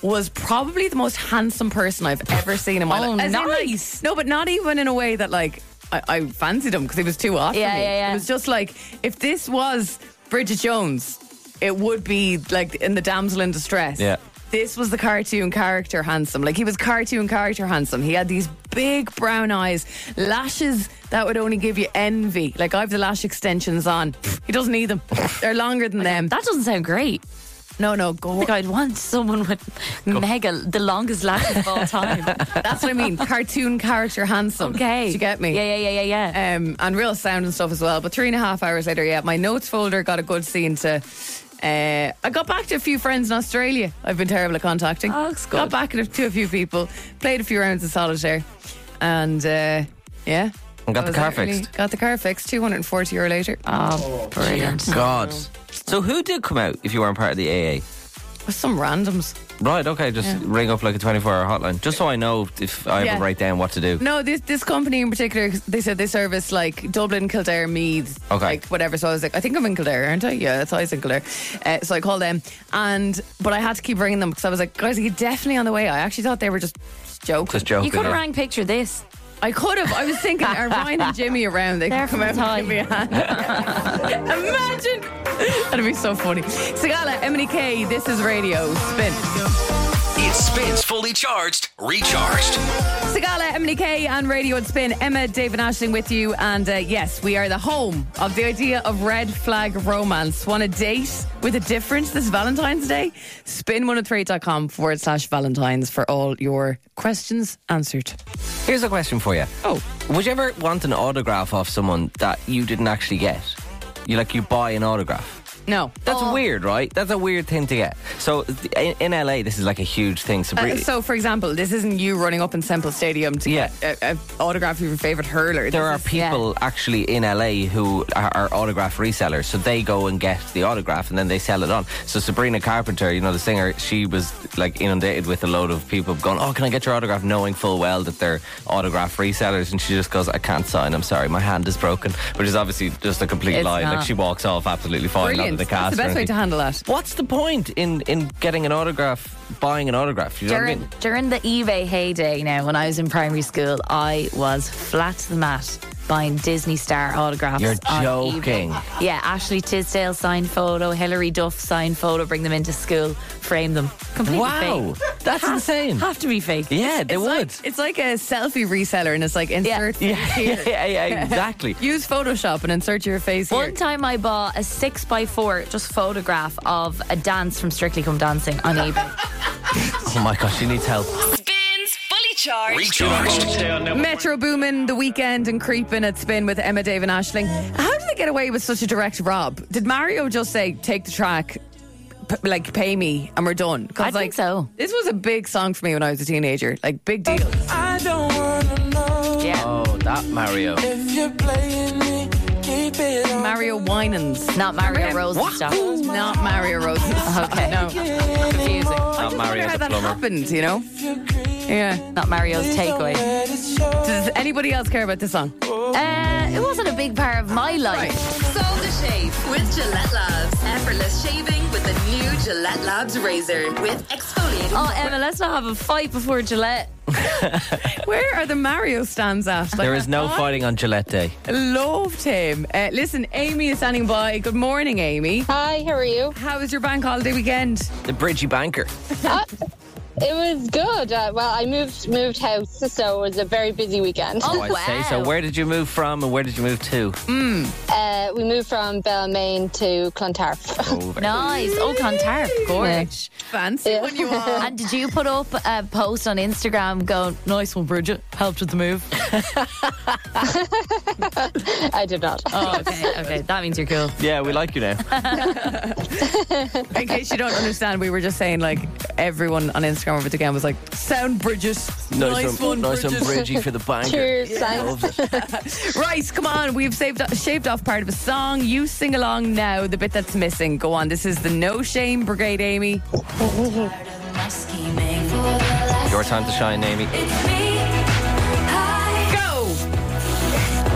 [SPEAKER 4] was probably the most handsome person I've ever seen in my
[SPEAKER 5] Oh,
[SPEAKER 4] life. in, like-
[SPEAKER 5] nice.
[SPEAKER 4] no, but not even in a way that like I, I fancied him because he was too hot.
[SPEAKER 5] Yeah,
[SPEAKER 4] for me.
[SPEAKER 5] yeah, yeah.
[SPEAKER 4] It was just like if this was Bridget Jones, it would be like in the damsel in distress.
[SPEAKER 3] Yeah.
[SPEAKER 4] This was the cartoon character handsome. Like he was cartoon character handsome. He had these big brown eyes, lashes that would only give you envy. Like I have the lash extensions on. He doesn't need them. They're longer
[SPEAKER 5] <laughs>
[SPEAKER 4] than them.
[SPEAKER 5] that doesn't sound great.
[SPEAKER 4] No, no, go.
[SPEAKER 5] I think I'd want someone with mega, the longest lashes of all time. <laughs>
[SPEAKER 4] That's what I mean. Cartoon character handsome.
[SPEAKER 5] okay.
[SPEAKER 4] Do you get me?
[SPEAKER 5] Yeah, yeah, yeah, yeah, yeah.
[SPEAKER 4] Um, and real sound and stuff as well. But three and a half hours later, yeah, my notes folder got a good scene to. Uh, I got back to a few friends in Australia. I've been terrible at contacting.
[SPEAKER 5] Oh, that's good.
[SPEAKER 4] Got back to- to a few people, played a few rounds of solitaire, and uh, yeah.
[SPEAKER 3] And got the
[SPEAKER 4] I was
[SPEAKER 3] car
[SPEAKER 4] out early.
[SPEAKER 3] fixed.
[SPEAKER 4] Got the car fixed. Two hundred and forty euro later.
[SPEAKER 5] oh, brilliant.
[SPEAKER 3] God. So who did come out if you weren't part of the AA?
[SPEAKER 4] With some randoms.
[SPEAKER 3] Right, okay, just ring up like a 24 hour hotline, just so I know if I
[SPEAKER 4] Yeah.
[SPEAKER 3] ever write down what to do.
[SPEAKER 4] No, this this company in particular, they said they service like Dublin, Kildare, Meath,
[SPEAKER 3] Okay.
[SPEAKER 4] like whatever. So I was like, I think I'm in Kildare, aren't I? Yeah, it's always in Kildare. Uh, so I called them, and but I had to keep ringing them because I was like, guys, you're definitely on the way. I actually thought they were just joking.
[SPEAKER 3] Just joking.
[SPEAKER 5] You could have
[SPEAKER 3] yeah.
[SPEAKER 5] rang picture this.
[SPEAKER 4] I could have. I was thinking, are Ryan and Jimmy around? They can
[SPEAKER 5] They're
[SPEAKER 4] come out
[SPEAKER 5] from
[SPEAKER 4] and give me a hand. <laughs> Imagine. That'd be so funny. Sigala, Emily K. This is Radio Spin.
[SPEAKER 1] It spins fully charged, recharged.
[SPEAKER 4] 6.36 Sagala, Emily Kay, E and Radio and Spin. Emma, David Ashling with you. And uh, yes, we are the home of the idea of red flag romance. Want a date with a difference this Valentine's Day? Spin103.com forward slash Valentine's for all your questions answered.
[SPEAKER 3] Here's a question for you.
[SPEAKER 4] Oh.
[SPEAKER 3] Would you ever want an autograph off someone that you didn't actually get? You like you buy an autograph.
[SPEAKER 4] No.
[SPEAKER 3] That's weird, right? That's a weird thing to get. So th- in, in LA, this is like a huge thing.
[SPEAKER 4] Uh,
[SPEAKER 3] Sabri-
[SPEAKER 4] so, for example, this isn't you running up in Semple Stadium to
[SPEAKER 3] Yeah.
[SPEAKER 4] get an autograph of your favourite hurler.
[SPEAKER 3] there are
[SPEAKER 4] This is-
[SPEAKER 3] people actually in LA who are, are autograph resellers, so they go and get the autograph and then they sell it on. So Sabrina Carpenter, you know the singer, she was like inundated with a load of people going, "Oh, can I get your autograph?" Knowing full well that they're autograph resellers, and she just goes, "I can't sign. I'm sorry, my hand is broken," which is obviously just a complete
[SPEAKER 4] It's
[SPEAKER 3] lie.
[SPEAKER 4] not.
[SPEAKER 3] Like she walks off absolutely fine out of
[SPEAKER 4] Brilliant.
[SPEAKER 3] the
[SPEAKER 4] That's
[SPEAKER 3] cast.
[SPEAKER 4] the
[SPEAKER 3] or
[SPEAKER 4] best way to
[SPEAKER 3] anything.
[SPEAKER 4] handle that.
[SPEAKER 3] What's the point in in getting an autograph, buying an autograph? You know what I
[SPEAKER 5] During,
[SPEAKER 3] mean?
[SPEAKER 5] during the eBay heyday now, when I was in primary school, I was flat to the mat buying Disney star autographs.
[SPEAKER 3] You're
[SPEAKER 5] on eBay.
[SPEAKER 3] joking.
[SPEAKER 5] Yeah, Ashley Tisdale signed photo, Hilary Duff signed photo, bring them into school, frame them. Completely
[SPEAKER 3] Wow,
[SPEAKER 5] fake.
[SPEAKER 3] that's insane.
[SPEAKER 5] Have to be fake.
[SPEAKER 3] Yeah, they
[SPEAKER 4] It's
[SPEAKER 3] would. <laughs>
[SPEAKER 4] like, it's like a selfie reseller, and it's like insert
[SPEAKER 5] Yeah.
[SPEAKER 4] face
[SPEAKER 3] yeah, <laughs>
[SPEAKER 4] here.
[SPEAKER 3] yeah,
[SPEAKER 4] <laughs>
[SPEAKER 3] yeah, exactly.
[SPEAKER 4] Use Photoshop and insert your face here.
[SPEAKER 5] One time I bought a six by four just photograph of a dance from Strictly Come Dancing on eBay.
[SPEAKER 3] Oh my gosh, she needs help.
[SPEAKER 2] Spins Fully Charged.
[SPEAKER 1] Recharged.
[SPEAKER 4] Metro Boomin, The Weekend, and Creeping at Spin with Emma, Dave, and Ashling. How did they get away with such a direct rob? Did Mario just say, take the track, p- like, pay me, and we're done? 'Cause,
[SPEAKER 5] I think
[SPEAKER 4] like,
[SPEAKER 5] so.
[SPEAKER 4] This was a big song for me when I was a teenager. Like, big deal.
[SPEAKER 5] Yeah.
[SPEAKER 3] Oh, that Mario.
[SPEAKER 4] Mario Winans.
[SPEAKER 5] Not Mario Rose and stuff.
[SPEAKER 4] Not Mario Rosen.
[SPEAKER 5] Okay.
[SPEAKER 4] No.
[SPEAKER 5] Confusing.
[SPEAKER 3] Not
[SPEAKER 4] I
[SPEAKER 3] Mario
[SPEAKER 4] wonder
[SPEAKER 3] the
[SPEAKER 4] how that
[SPEAKER 3] plumber.
[SPEAKER 4] happened, you know? Yeah.
[SPEAKER 5] Not Mario's takeaway.
[SPEAKER 4] Does anybody else care about this song?
[SPEAKER 5] Uh, it wasn't a big part of my life.
[SPEAKER 7] Solve the shave with Gillette Labs. Effortless shaving with the new Gillette Labs razor with exfoliating.
[SPEAKER 5] Oh, Emma, let's not have a fight before Gillette.
[SPEAKER 4] Where are the Mario stands at? Like,
[SPEAKER 3] There is no
[SPEAKER 4] I
[SPEAKER 3] fighting on Gillette Day.
[SPEAKER 4] Loved him. Uh, listen, Amy is standing by. Good morning, Amy.
[SPEAKER 8] Hi, how are you?
[SPEAKER 4] How was your bank holiday weekend?
[SPEAKER 3] The Bridgie Banker.
[SPEAKER 8] It was good. Uh, well, I moved moved house, so it was a very busy weekend.
[SPEAKER 5] Oh,
[SPEAKER 3] I'd say so.
[SPEAKER 5] wow.
[SPEAKER 3] Where did you move from and where did you move to?
[SPEAKER 7] Oh.
[SPEAKER 8] Uh, we moved from Belmain to Clontarf. <laughs>
[SPEAKER 3] Over.
[SPEAKER 5] Nice. Oh, Clontarf. Gorge.
[SPEAKER 4] Fancy
[SPEAKER 8] Yeah.
[SPEAKER 4] when you are.
[SPEAKER 5] And did you put up a post on Instagram going, <laughs> nice one, Bridget, helped with the move?
[SPEAKER 8] I did not.
[SPEAKER 5] Oh, okay, <laughs> okay. That means you're cool.
[SPEAKER 3] Yeah, we like you
[SPEAKER 4] <laughs>
[SPEAKER 3] now.
[SPEAKER 4] In case you don't understand, we were just saying like everyone on Instagram over the weekend was like, "Sound Bridges, nice, one,
[SPEAKER 3] nice one,
[SPEAKER 4] Bridges."
[SPEAKER 3] Bridgie for the banker.
[SPEAKER 8] Cheers, thanks.
[SPEAKER 3] Loves it.
[SPEAKER 4] Right, come on, we've saved shaved off part of a song. You sing along now. The bit that's missing. Go on. This is the No Shame Brigade, Amy.
[SPEAKER 3] Your time to shine, Amy.
[SPEAKER 4] Go.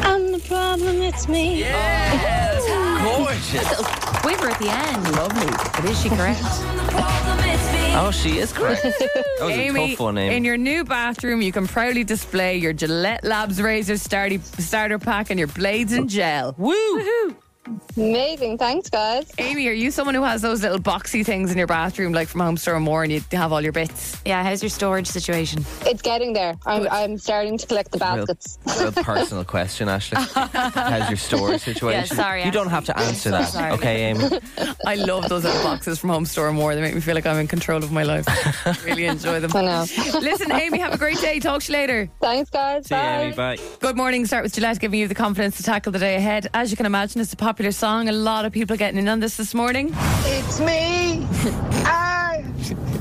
[SPEAKER 8] And the problem, it's me.
[SPEAKER 3] Gorgeous.
[SPEAKER 5] Quiver at the end. Lovely. But is she correct?
[SPEAKER 3] Oh, she is correct. That was a
[SPEAKER 4] Amy,
[SPEAKER 3] tough one,
[SPEAKER 4] in
[SPEAKER 3] Amy.
[SPEAKER 4] your new bathroom, you can proudly display your Gillette Labs razor starty, starter pack and your blades and gel.
[SPEAKER 3] Woo!
[SPEAKER 8] Amazing. Thanks, guys.
[SPEAKER 4] Amy, are you someone who has those little boxy things in your bathroom, like from Home Store and More, and you have all your bits?
[SPEAKER 5] Yeah, how's your storage situation?
[SPEAKER 8] It's getting there. I'm, I'm starting to collect the
[SPEAKER 3] Real,
[SPEAKER 8] baskets.
[SPEAKER 3] real personal question, Ashley. How's your store
[SPEAKER 4] <laughs>
[SPEAKER 3] situation?
[SPEAKER 5] sorry,
[SPEAKER 3] You don't have to answer that,
[SPEAKER 5] sorry.
[SPEAKER 3] okay, Amy?
[SPEAKER 4] I love those little boxes from Home Store and More. They make me feel like I'm in control of my life. really enjoy them. <laughs>
[SPEAKER 8] I know.
[SPEAKER 4] Listen, Amy, have a great day. Talk to you later.
[SPEAKER 8] Thanks, guys.
[SPEAKER 3] See you, Amy. Bye.
[SPEAKER 4] Good morning. Start with Gillette giving you the confidence to tackle the day ahead. As you can imagine, it's a popular song. A lot of people getting in on this this morning.
[SPEAKER 9] It's me. I,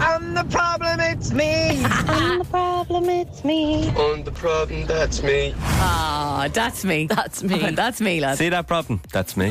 [SPEAKER 9] I'm the problem. It's me.
[SPEAKER 8] The problem, it's me.
[SPEAKER 9] I'm the problem. That's me.
[SPEAKER 4] Ah, that's me. That's me. <laughs> that's me, lads.
[SPEAKER 3] See that problem? That's
[SPEAKER 4] <laughs>
[SPEAKER 3] me.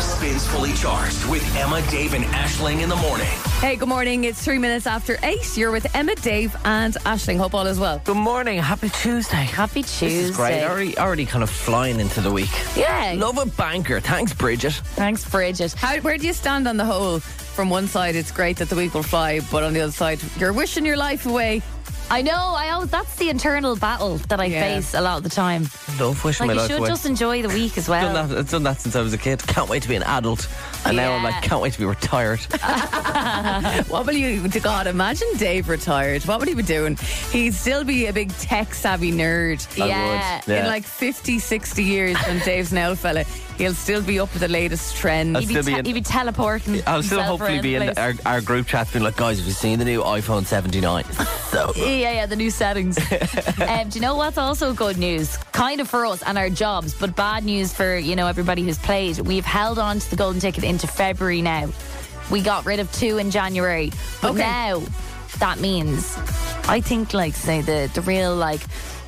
[SPEAKER 1] Spins Fully Charged with Emma, Dave, and Ashling in the morning.
[SPEAKER 4] Hey, good morning. It's three minutes after eight. You're with Emma, Dave, and Ashling. Hope all is well.
[SPEAKER 3] Good morning. Happy Tuesday.
[SPEAKER 5] Happy Tuesday.
[SPEAKER 3] This is great. Already, already kind of flying into the week.
[SPEAKER 5] Yeah.
[SPEAKER 3] Love a banker. Thanks, Bridget.
[SPEAKER 5] Thanks, Bridget.
[SPEAKER 4] How, where do you stand on the whole? From one side, it's great that the week will fly, but on the other side, you're wishing your life away. <laughs>
[SPEAKER 5] I know. I always that's the internal battle that I
[SPEAKER 4] Yeah.
[SPEAKER 5] face a lot of the time.
[SPEAKER 3] Love wishing
[SPEAKER 5] Like
[SPEAKER 3] my
[SPEAKER 5] you
[SPEAKER 3] life
[SPEAKER 5] should
[SPEAKER 3] away.
[SPEAKER 5] just enjoy the week as well.
[SPEAKER 3] done that, I've done that since I was a kid. Can't wait to be an adult. And now I'm
[SPEAKER 5] Yeah.
[SPEAKER 3] like, can't wait to be
[SPEAKER 5] <laughs>
[SPEAKER 3] retired.
[SPEAKER 4] What will you, to God, imagine Dave retired. What would he be doing? He'd still be a big tech savvy nerd.
[SPEAKER 5] yeah.
[SPEAKER 3] Yeah.
[SPEAKER 4] In like 50, 60 years when Dave's an old fella, he'll still be up with the latest trends.
[SPEAKER 5] He'd be,
[SPEAKER 3] Still be
[SPEAKER 5] te-
[SPEAKER 3] in-
[SPEAKER 5] he'd be teleporting.
[SPEAKER 3] I'll still
[SPEAKER 5] himself
[SPEAKER 3] hopefully
[SPEAKER 5] around
[SPEAKER 3] be
[SPEAKER 5] the
[SPEAKER 3] in
[SPEAKER 5] place.
[SPEAKER 3] our, our group chat being like, guys, have you seen the new iPhone 79?
[SPEAKER 5] <laughs>
[SPEAKER 3] So good.
[SPEAKER 5] Yeah, yeah, the new settings. um, do you know what's also good news? Kind of for us and our jobs, but bad news for, you know, everybody who's played. We've held on to the golden ticket into February now. We got rid of two in January. But
[SPEAKER 4] Okay.
[SPEAKER 5] now that means I think like say the the real like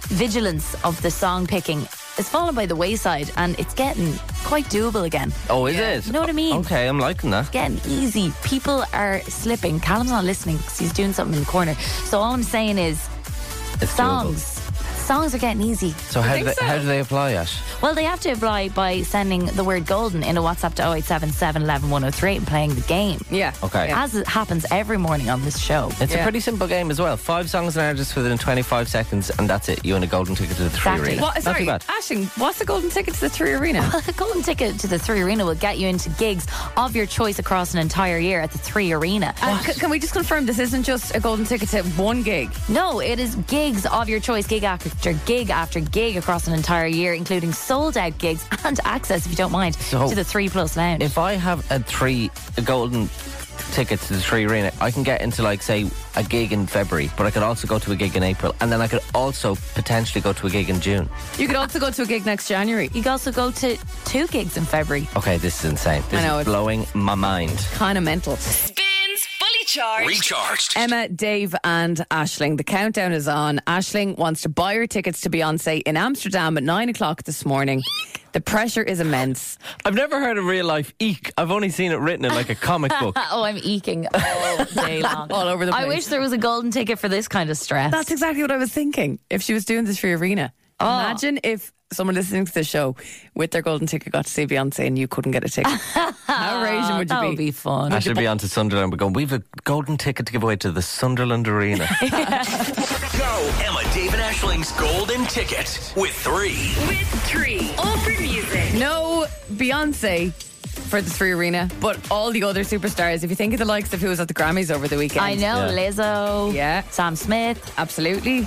[SPEAKER 5] vigilance of the song picking is fallen by the wayside and it's getting quite doable again.
[SPEAKER 3] Oh, is it?
[SPEAKER 5] You know what I mean?
[SPEAKER 3] Okay, I'm liking that.
[SPEAKER 5] getting easy. People are slipping. Callum's not listening because he's doing something in the corner. So all I'm saying is
[SPEAKER 3] It's
[SPEAKER 5] songs.
[SPEAKER 3] doable.
[SPEAKER 5] Songs are getting easy.
[SPEAKER 3] So how, do
[SPEAKER 4] think
[SPEAKER 3] they,
[SPEAKER 4] so.
[SPEAKER 3] how do they apply it?
[SPEAKER 5] Well, they have to apply by sending the word golden in a WhatsApp to 0877 11 103 and playing the game.
[SPEAKER 4] yeah.
[SPEAKER 3] Okay.
[SPEAKER 4] Yeah.
[SPEAKER 5] As it happens every morning on this show.
[SPEAKER 3] It's
[SPEAKER 4] Yeah.
[SPEAKER 3] a pretty simple game as well. Five songs and artists within 25 seconds, and that's it. You win a golden ticket to the three
[SPEAKER 5] Exactly.
[SPEAKER 3] arena.
[SPEAKER 4] What,
[SPEAKER 3] Not
[SPEAKER 4] sorry,
[SPEAKER 3] too bad.
[SPEAKER 4] Ashing, what's the golden ticket to the three arena?
[SPEAKER 5] <laughs> A golden ticket to the Three Arena will get you into gigs of your choice across an entire year at the Three Arena.
[SPEAKER 3] Uh,
[SPEAKER 4] And Uh, c- can we just confirm this isn't just a golden ticket to one gig?
[SPEAKER 5] No, it is gigs of your choice, gig after gig after gig across an entire year, including sold out gigs and access, if you don't mind,
[SPEAKER 3] So-
[SPEAKER 5] to the Three Plus Lounge.
[SPEAKER 3] If I have a three a golden ticket to the three arena, I can get into like say a gig in February, but I could also go to a gig in April, and then I could also potentially go to a gig in June.
[SPEAKER 4] You could also go to a gig next January.
[SPEAKER 5] you can also go to two gigs in February.
[SPEAKER 3] Okay, this is insane. This
[SPEAKER 4] I know,
[SPEAKER 3] is
[SPEAKER 4] it's-
[SPEAKER 3] blowing my mind.
[SPEAKER 4] Kind of mental.
[SPEAKER 2] Spins fully charged.
[SPEAKER 1] Recharged.
[SPEAKER 4] Emma, Dave, and Ashling. The countdown is on. Ashling wants to buy her tickets to Beyonce in Amsterdam at nine o'clock this morning. The pressure is immense.
[SPEAKER 3] I've never heard of real life eek. I've only seen it written in like a
[SPEAKER 4] <laughs>
[SPEAKER 3] comic book.
[SPEAKER 5] Oh, I'm eking <laughs> all day long.
[SPEAKER 4] All over the
[SPEAKER 5] I
[SPEAKER 4] place.
[SPEAKER 5] wish there was a golden ticket for this kind of stress.
[SPEAKER 4] That's exactly what I was thinking. If she was doing this for Arena, imagine if someone listening to the show with their golden ticket got to see Beyonce and you couldn't get a ticket. <laughs> How raging would you
[SPEAKER 5] that would be fun.
[SPEAKER 3] I should be on to Sunderland. We're going, we've a golden ticket to give away to the Sunderland
[SPEAKER 4] <laughs>
[SPEAKER 3] Arena.
[SPEAKER 1] Go. Emma, David Ashling's golden ticket with three.
[SPEAKER 2] With three. All for music.
[SPEAKER 4] No Beyonce for the Three Arena, but all the other superstars. If you think of the likes of who was at the Grammys over the weekend,
[SPEAKER 5] I know,
[SPEAKER 3] Yeah.
[SPEAKER 5] Lizzo,
[SPEAKER 4] Yeah.
[SPEAKER 5] Sam Smith.
[SPEAKER 4] absolutely.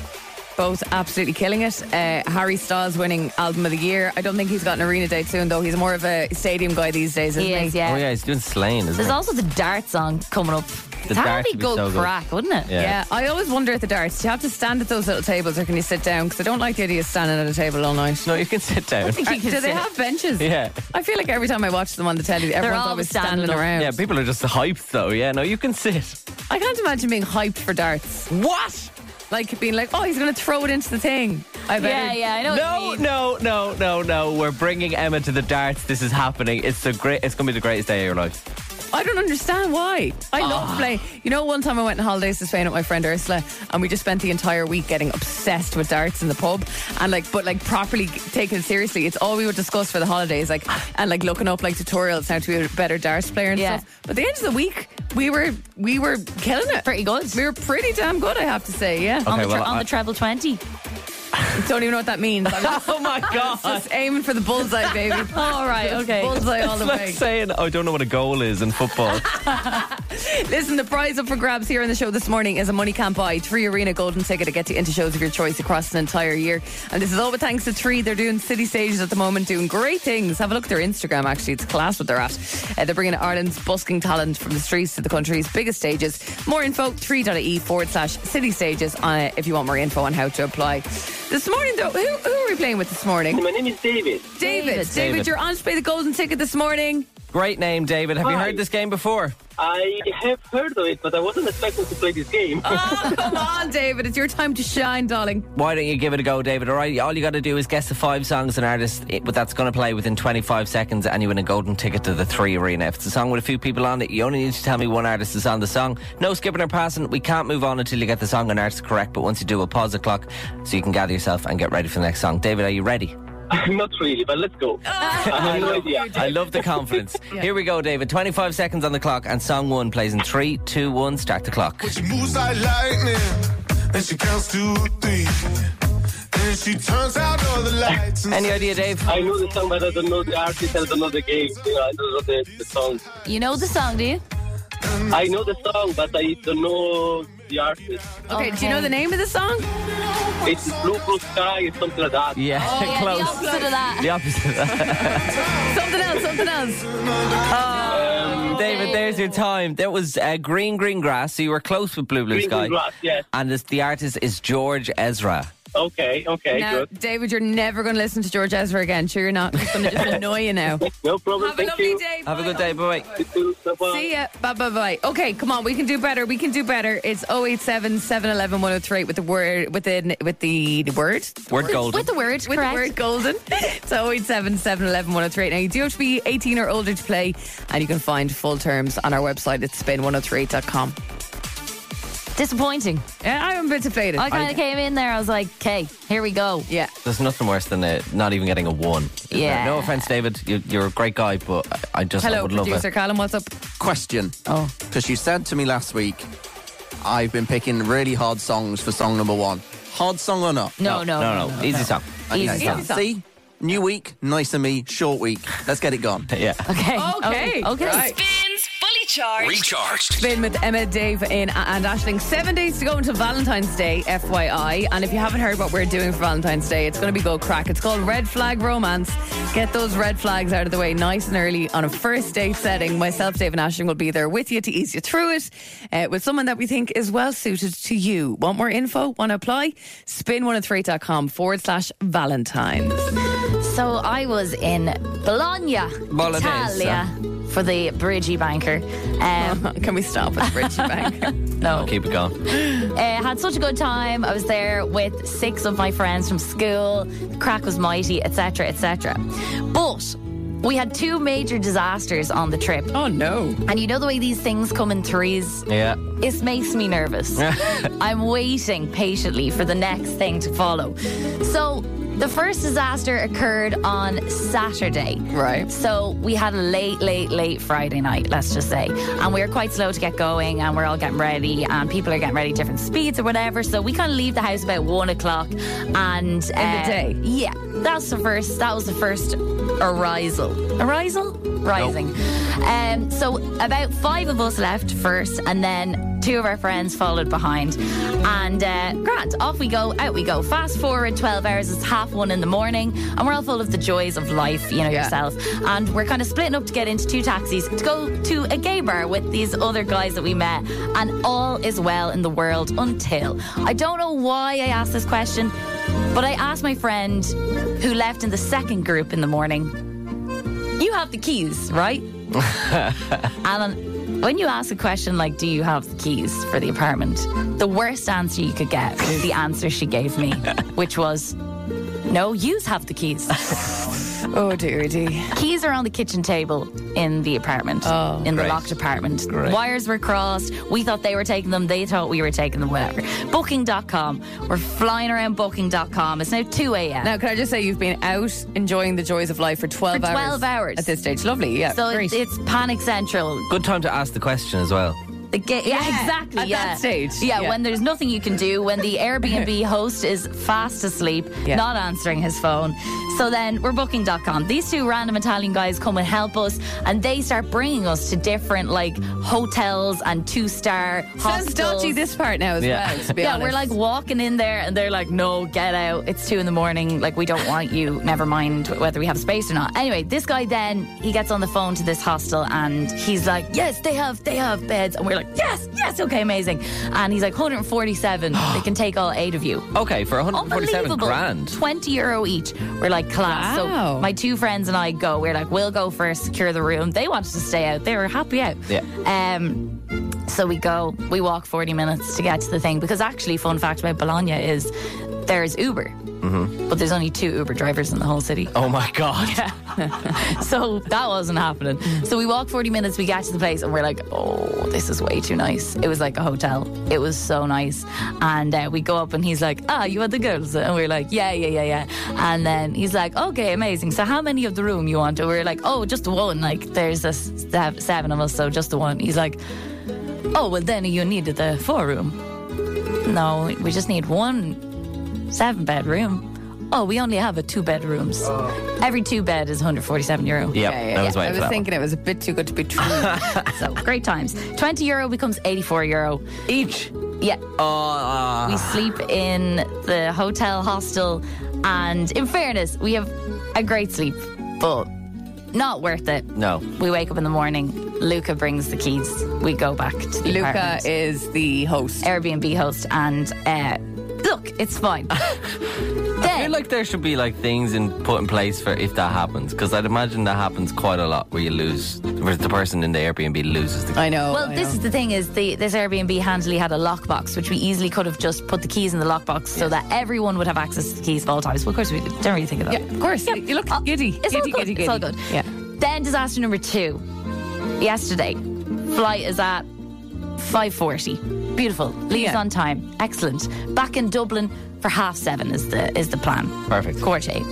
[SPEAKER 4] Both absolutely killing it. Uh, Harry Styles winning Album of the Year. I don't think he's got an arena date soon, though. He's more of a stadium guy these days, isn't
[SPEAKER 5] He
[SPEAKER 4] he?
[SPEAKER 5] is, yeah.
[SPEAKER 3] Oh yeah, he's doing slain, isn't
[SPEAKER 5] There's
[SPEAKER 3] he?
[SPEAKER 5] also the dart song coming up.
[SPEAKER 3] The
[SPEAKER 5] that
[SPEAKER 3] dart
[SPEAKER 5] would be
[SPEAKER 3] would be
[SPEAKER 5] good
[SPEAKER 3] so good.
[SPEAKER 5] crack, wouldn't it?
[SPEAKER 3] Yeah.
[SPEAKER 4] Yeah, I always wonder at the darts. Do you have to stand at those little tables, or can you sit down? Because I don't like the idea of standing at a table all night.
[SPEAKER 3] no, you can sit down.
[SPEAKER 5] think
[SPEAKER 4] Uh,
[SPEAKER 5] <laughs> you can
[SPEAKER 4] Do they
[SPEAKER 5] sit.
[SPEAKER 4] have
[SPEAKER 3] <laughs>
[SPEAKER 4] benches?
[SPEAKER 3] Yeah.
[SPEAKER 4] I feel like every time I watch them on the telly, everyone's
[SPEAKER 5] all
[SPEAKER 4] always standing,
[SPEAKER 5] standing up.
[SPEAKER 4] around.
[SPEAKER 3] Yeah, people are just hyped though. Yeah, no, you can sit.
[SPEAKER 4] I can't imagine being hyped for darts.
[SPEAKER 3] What?
[SPEAKER 4] Like being like, oh, he's going to throw it into the thing. I bet.
[SPEAKER 5] Yeah, yeah, I know. what you
[SPEAKER 3] No,
[SPEAKER 5] mean.
[SPEAKER 3] no, no, no, no. We're bringing Emma to the darts. This is happening. It's the great. It's gonna be the greatest day of your life.
[SPEAKER 4] I don't understand why. I
[SPEAKER 5] Ah.
[SPEAKER 4] love playing. You know, one time I went on holidays to Spain with my friend Ursula, and we just spent the entire week getting obsessed with darts in the pub, and like, but like properly g- taking it seriously. It's all we would discuss for the holidays, like, and like looking up like tutorials how to be a better darts player and
[SPEAKER 5] Yeah.
[SPEAKER 4] stuff. But at the end of the week, we were we were killing it.
[SPEAKER 5] Pretty good.
[SPEAKER 4] We were pretty damn good, I have to say. Yeah,
[SPEAKER 5] on,
[SPEAKER 3] Okay,
[SPEAKER 5] the tre-
[SPEAKER 3] well,
[SPEAKER 5] on
[SPEAKER 3] I-
[SPEAKER 5] the treble 20.
[SPEAKER 4] don't even know what that
[SPEAKER 5] <laughs>
[SPEAKER 4] means. I was
[SPEAKER 3] <laughs> Oh <laughs> my god!
[SPEAKER 4] just aiming for the bullseye, baby.
[SPEAKER 5] All right, okay.
[SPEAKER 4] Bullseye
[SPEAKER 5] <laughs>
[SPEAKER 4] all the way.
[SPEAKER 3] Like saying, I don't know what a goal is in <laughs> football.
[SPEAKER 4] Listen, the prize up for grabs here on the show this morning is a money can't buy three arena golden ticket to get you into shows of your choice across an entire year. And this is all with thanks to three. They're doing city stages at the moment, doing great things. Have a look at their Instagram. Actually, it's class what they're at. Uh, they're bringing Ireland's busking talent from the streets to the country's biggest stages. More info: three.e forward slash city stages. Uh, if you want more info on how to apply. This morning, though, who, who are we playing with this morning? My name is David. David, David,
[SPEAKER 3] David.
[SPEAKER 4] you're on to play the golden ticket this morning.
[SPEAKER 3] Great name, David. Have you heard this game before?
[SPEAKER 10] I have heard of it, but I wasn't expecting to play this game.
[SPEAKER 4] Oh, come on, David! It's your time to shine, darling.
[SPEAKER 3] Why don't you give it a go, David? All right, all you got to do is guess the five songs and artists it- that's going to play within 25 seconds, and you win a golden ticket to the Three Arena. If it's a song with a few people on it, you only need to tell me one artist is on the song. No skipping or passing. We can't move on until you get the song and artist correct. But once you do, we'll pause the clock so you can gather yourself and get ready for the next song. David, are you ready?
[SPEAKER 10] Not really, but let's go. I have no idea.
[SPEAKER 3] I love the confidence. Here we go, David. 25 seconds on the clock, and song one plays in three, two, one. Start the clock.
[SPEAKER 11] She moves like lightning. and she counts to three. Then she turns out all the lights.
[SPEAKER 3] Any idea, Dave?
[SPEAKER 12] Oh,
[SPEAKER 10] I know the song, but I don't know the artist. I don't know the game. You know, I don't know the, the song.
[SPEAKER 5] You know the song, do you?
[SPEAKER 10] I know the song, but I don't know the artist.
[SPEAKER 4] Okay, do you know the name of the song?
[SPEAKER 10] It's Blue Blue Sky or something like that.
[SPEAKER 3] Yeah, <laughs>
[SPEAKER 4] Oh, yeah, the
[SPEAKER 3] close.
[SPEAKER 4] opposite of that.
[SPEAKER 3] The opposite <laughs> of that.
[SPEAKER 4] Something else, something else. Oh.
[SPEAKER 3] David, there's your time. That was uh, Green Green Grass, so you were close with Blue Blue
[SPEAKER 10] Green
[SPEAKER 3] Sky.
[SPEAKER 10] Green Grass, yes.
[SPEAKER 3] And this, the artist is George Ezra.
[SPEAKER 10] Okay, okay,
[SPEAKER 4] now,
[SPEAKER 10] good.
[SPEAKER 4] David, you're never going to listen to George Ezra again. Sure, you're not. It's going to just annoy you now.
[SPEAKER 10] No problem.
[SPEAKER 4] Have a
[SPEAKER 10] Thank
[SPEAKER 4] lovely
[SPEAKER 10] you.
[SPEAKER 4] day.
[SPEAKER 3] Have a good day. Bye bye.
[SPEAKER 4] See ya. Bye bye bye. Okay, come on. We can do better. We can do better. It's 087 711 1038 with the word, with the, with the word.
[SPEAKER 3] Word golden.
[SPEAKER 4] With the word, With the word golden. <laughs> It's 087 711 1038. Now, you do have to be 18 or older to play, and you can find full terms on our website at spin1038.com.
[SPEAKER 5] Disappointing.
[SPEAKER 4] Yeah, I'm a bit deflated.
[SPEAKER 5] I kind
[SPEAKER 3] I-
[SPEAKER 5] of came in there. I was like, okay, here we go.
[SPEAKER 4] Yeah.
[SPEAKER 3] There's nothing worse than uh, not even getting a one. isn't there?
[SPEAKER 5] Yeah.
[SPEAKER 3] No offense, David. You, you're a great guy, but I- I just I
[SPEAKER 4] Hello,
[SPEAKER 3] would love
[SPEAKER 4] producer
[SPEAKER 3] it.
[SPEAKER 4] Callum. What's up?
[SPEAKER 6] Question.
[SPEAKER 5] Oh.
[SPEAKER 6] Because you said to me last week, I've been picking really hard songs for song number one. Hard song or not?
[SPEAKER 5] No, no,
[SPEAKER 3] No, no, easy song.
[SPEAKER 5] Easy
[SPEAKER 6] Okay.
[SPEAKER 5] song.
[SPEAKER 6] See? New week, nice of me, short week. Let's get it gone.
[SPEAKER 3] yeah.
[SPEAKER 5] Okay.
[SPEAKER 4] Okay.
[SPEAKER 5] Okay.
[SPEAKER 4] Right.
[SPEAKER 2] Spins fully charged.
[SPEAKER 1] Recharged.
[SPEAKER 4] Spin with Emma, Dave, in and Ashling. Seven days to go until Valentine's Day, FYI. And if you haven't heard what we're doing for Valentine's Day, it's going to be go crack. It's called Red Flag Romance. Get those red flags out of the way nice and early on a first date setting. Myself, Dave, and Ashling will be there with you to ease you through it uh, with someone that we think is well suited to you. Want more info? Want to apply? Spin103.com forward slash Valentine's.
[SPEAKER 5] So I was in Bologna,
[SPEAKER 3] Bolognese.
[SPEAKER 5] Italia, for the Bridgie Banker.
[SPEAKER 4] <laughs>
[SPEAKER 5] Um,
[SPEAKER 4] <laughs> Can we stop with Bridge Bank?
[SPEAKER 5] no,
[SPEAKER 3] Keep it going.
[SPEAKER 5] Uh, had such a good time. I was there with six of my friends from school. The crack was mighty, etc., etc. But we had two major disasters on the trip,
[SPEAKER 4] <laughs> Oh, no.
[SPEAKER 5] and you know the way these things come in threes.
[SPEAKER 3] Yeah.
[SPEAKER 5] It makes
[SPEAKER 4] <laughs>
[SPEAKER 5] me nervous. I'm waiting patiently for the next thing to follow. So, the first disaster occurred on Saturday.
[SPEAKER 4] Right.
[SPEAKER 5] So, we had a late, late, late Friday night, let's just say. And we were quite slow to get going, and we're all getting ready, and people are getting ready at different speeds or whatever. So, we kind of leave the house about one o'clock. And uh, in
[SPEAKER 4] day?
[SPEAKER 5] Yeah. That's the first, that was the first arisal. Arisal? Rising. Um, so about five of us left first, and then two of our friends followed behind. And uh, grand, off we go, out we go. Fast forward 12 hours, it's half one in the morning, and we're all full of the joys of life, you know,
[SPEAKER 4] Yeah.
[SPEAKER 5] yourself. And we're kind of splitting up to get into two taxis to go to a gay bar with these other guys that we met. And all is well in the world until I don't know why I asked this question, but I asked my friend who left in the second group in the morning you have the keys,
[SPEAKER 3] <laughs>
[SPEAKER 5] right? Alan, when you ask a question like, do you have the keys for the apartment? The worst answer you could get was the answer she
[SPEAKER 3] <laughs>
[SPEAKER 5] gave me, which was, no, yous have the keys.
[SPEAKER 4] Oh, dearie dee.
[SPEAKER 5] keys are on the kitchen table in the apartment,
[SPEAKER 4] Oh.
[SPEAKER 5] in the
[SPEAKER 3] Great.
[SPEAKER 5] locked apartment.
[SPEAKER 3] Great.
[SPEAKER 5] Wires were crossed. We thought they were taking them. They thought we were taking them, whatever. Booking.com. We're flying around booking.com. It's now 2 a.m.
[SPEAKER 4] Now, can I just say you've been out enjoying the joys of life for 12
[SPEAKER 5] For
[SPEAKER 4] hours?
[SPEAKER 5] 12 hours.
[SPEAKER 4] At this stage. Lovely, yeah.
[SPEAKER 5] so
[SPEAKER 4] great.
[SPEAKER 5] it's, it's panic central.
[SPEAKER 3] Good time to ask the question as well.
[SPEAKER 5] The ga- yeah, exactly.
[SPEAKER 4] at
[SPEAKER 5] yeah.
[SPEAKER 4] that stage,
[SPEAKER 5] Yeah,
[SPEAKER 4] yeah.
[SPEAKER 5] when there's nothing you can do,
[SPEAKER 4] <laughs>
[SPEAKER 5] when the Airbnb host is fast asleep,
[SPEAKER 4] Yeah.
[SPEAKER 5] not answering his phone. So then we're booking.com. These two random Italian guys come and help us, and they start bringing us to different like hotels and two star
[SPEAKER 4] Sounds
[SPEAKER 5] hostels.
[SPEAKER 4] dodgy this part now as
[SPEAKER 3] Yeah.
[SPEAKER 4] well, to be
[SPEAKER 5] yeah,
[SPEAKER 4] honest.
[SPEAKER 5] we're like walking in there, and they're like, "No, get out! It's two in the morning. Like, we don't want you. Never mind whether we have space or not." Anyway, this guy then he gets on the phone to this hostel, and he's like, "Yes, they have, they have beds," and we're like, "Yes, yes, okay, amazing." And he's like, "147. they can take all eight of you."
[SPEAKER 3] Okay, for 147
[SPEAKER 5] Unbelievable.
[SPEAKER 3] grand.
[SPEAKER 5] 20 euro each. We're like, class.
[SPEAKER 4] Wow.
[SPEAKER 5] So my two friends and I go. We're like, we'll go first, secure the room. They wanted to stay out. They were happy out.
[SPEAKER 3] Yeah.
[SPEAKER 5] Um, so we go, we walk 40 minutes to get to the thing because actually, fun fact about Bologna is there's Uber, but there's only two Uber drivers in the whole city.
[SPEAKER 3] Oh my god.
[SPEAKER 5] So that wasn't happening. So we walk 40 minutes, we get to the place, and we're like, oh, this is way too nice. It was like a hotel. It was so nice. And uh, we go up, and he's like, ah, you are the girls. And we're like, yeah, yeah, yeah, yeah. And then he's like, okay, amazing. So how many of the room you want? And we're like, oh, just the one. Like, there's a s- seven of us, so just the one. He's like, oh, well, then you need the four room. No, we just need one seven bedroom. Oh, we only have a two bedrooms. Every two bed is 147 euro.
[SPEAKER 3] Yep, Yeah, yeah, I was yeah. waiting I for was that
[SPEAKER 5] thinking
[SPEAKER 4] it was a bit too good to be
[SPEAKER 5] <laughs>
[SPEAKER 4] true.
[SPEAKER 5] so great times. 20 euro becomes 84 euro
[SPEAKER 3] each.
[SPEAKER 5] Yeah.
[SPEAKER 3] Oh.
[SPEAKER 5] We sleep in the hotel hostel, and in fairness, we have a great sleep, but not worth it.
[SPEAKER 3] uh, No.
[SPEAKER 5] We wake up in the morning. Luca brings the keys. We go back to the
[SPEAKER 4] Luca
[SPEAKER 5] apartment.
[SPEAKER 4] is the host,
[SPEAKER 5] Airbnb host, and uh, look,
[SPEAKER 4] <laughs>
[SPEAKER 5] it's fine.
[SPEAKER 3] I feel like there should be like things in put in place for if that happens, because I'd imagine that happens quite a lot where you lose, where the person in the Airbnb loses the.
[SPEAKER 4] I know.
[SPEAKER 5] Well, this is the thing: is the this Airbnb handily had a lockbox, which we easily could have just put the keys in the lockbox so that everyone would have access to the keys at all times. Well, of course, we don't really think of that.
[SPEAKER 4] Yeah, of course. You look giddy.
[SPEAKER 5] uh, Oh, It's all
[SPEAKER 4] giddy,
[SPEAKER 5] good.
[SPEAKER 4] giddy,
[SPEAKER 5] It's all
[SPEAKER 4] giddy.
[SPEAKER 5] good.
[SPEAKER 4] Yeah.
[SPEAKER 5] Then disaster number two. Yesterday, flight is at five forty. Beautiful. Leaves on time. Excellent. Back in Dublin for half seven is the is the plan.
[SPEAKER 3] Perfect.
[SPEAKER 5] Quarter to eight.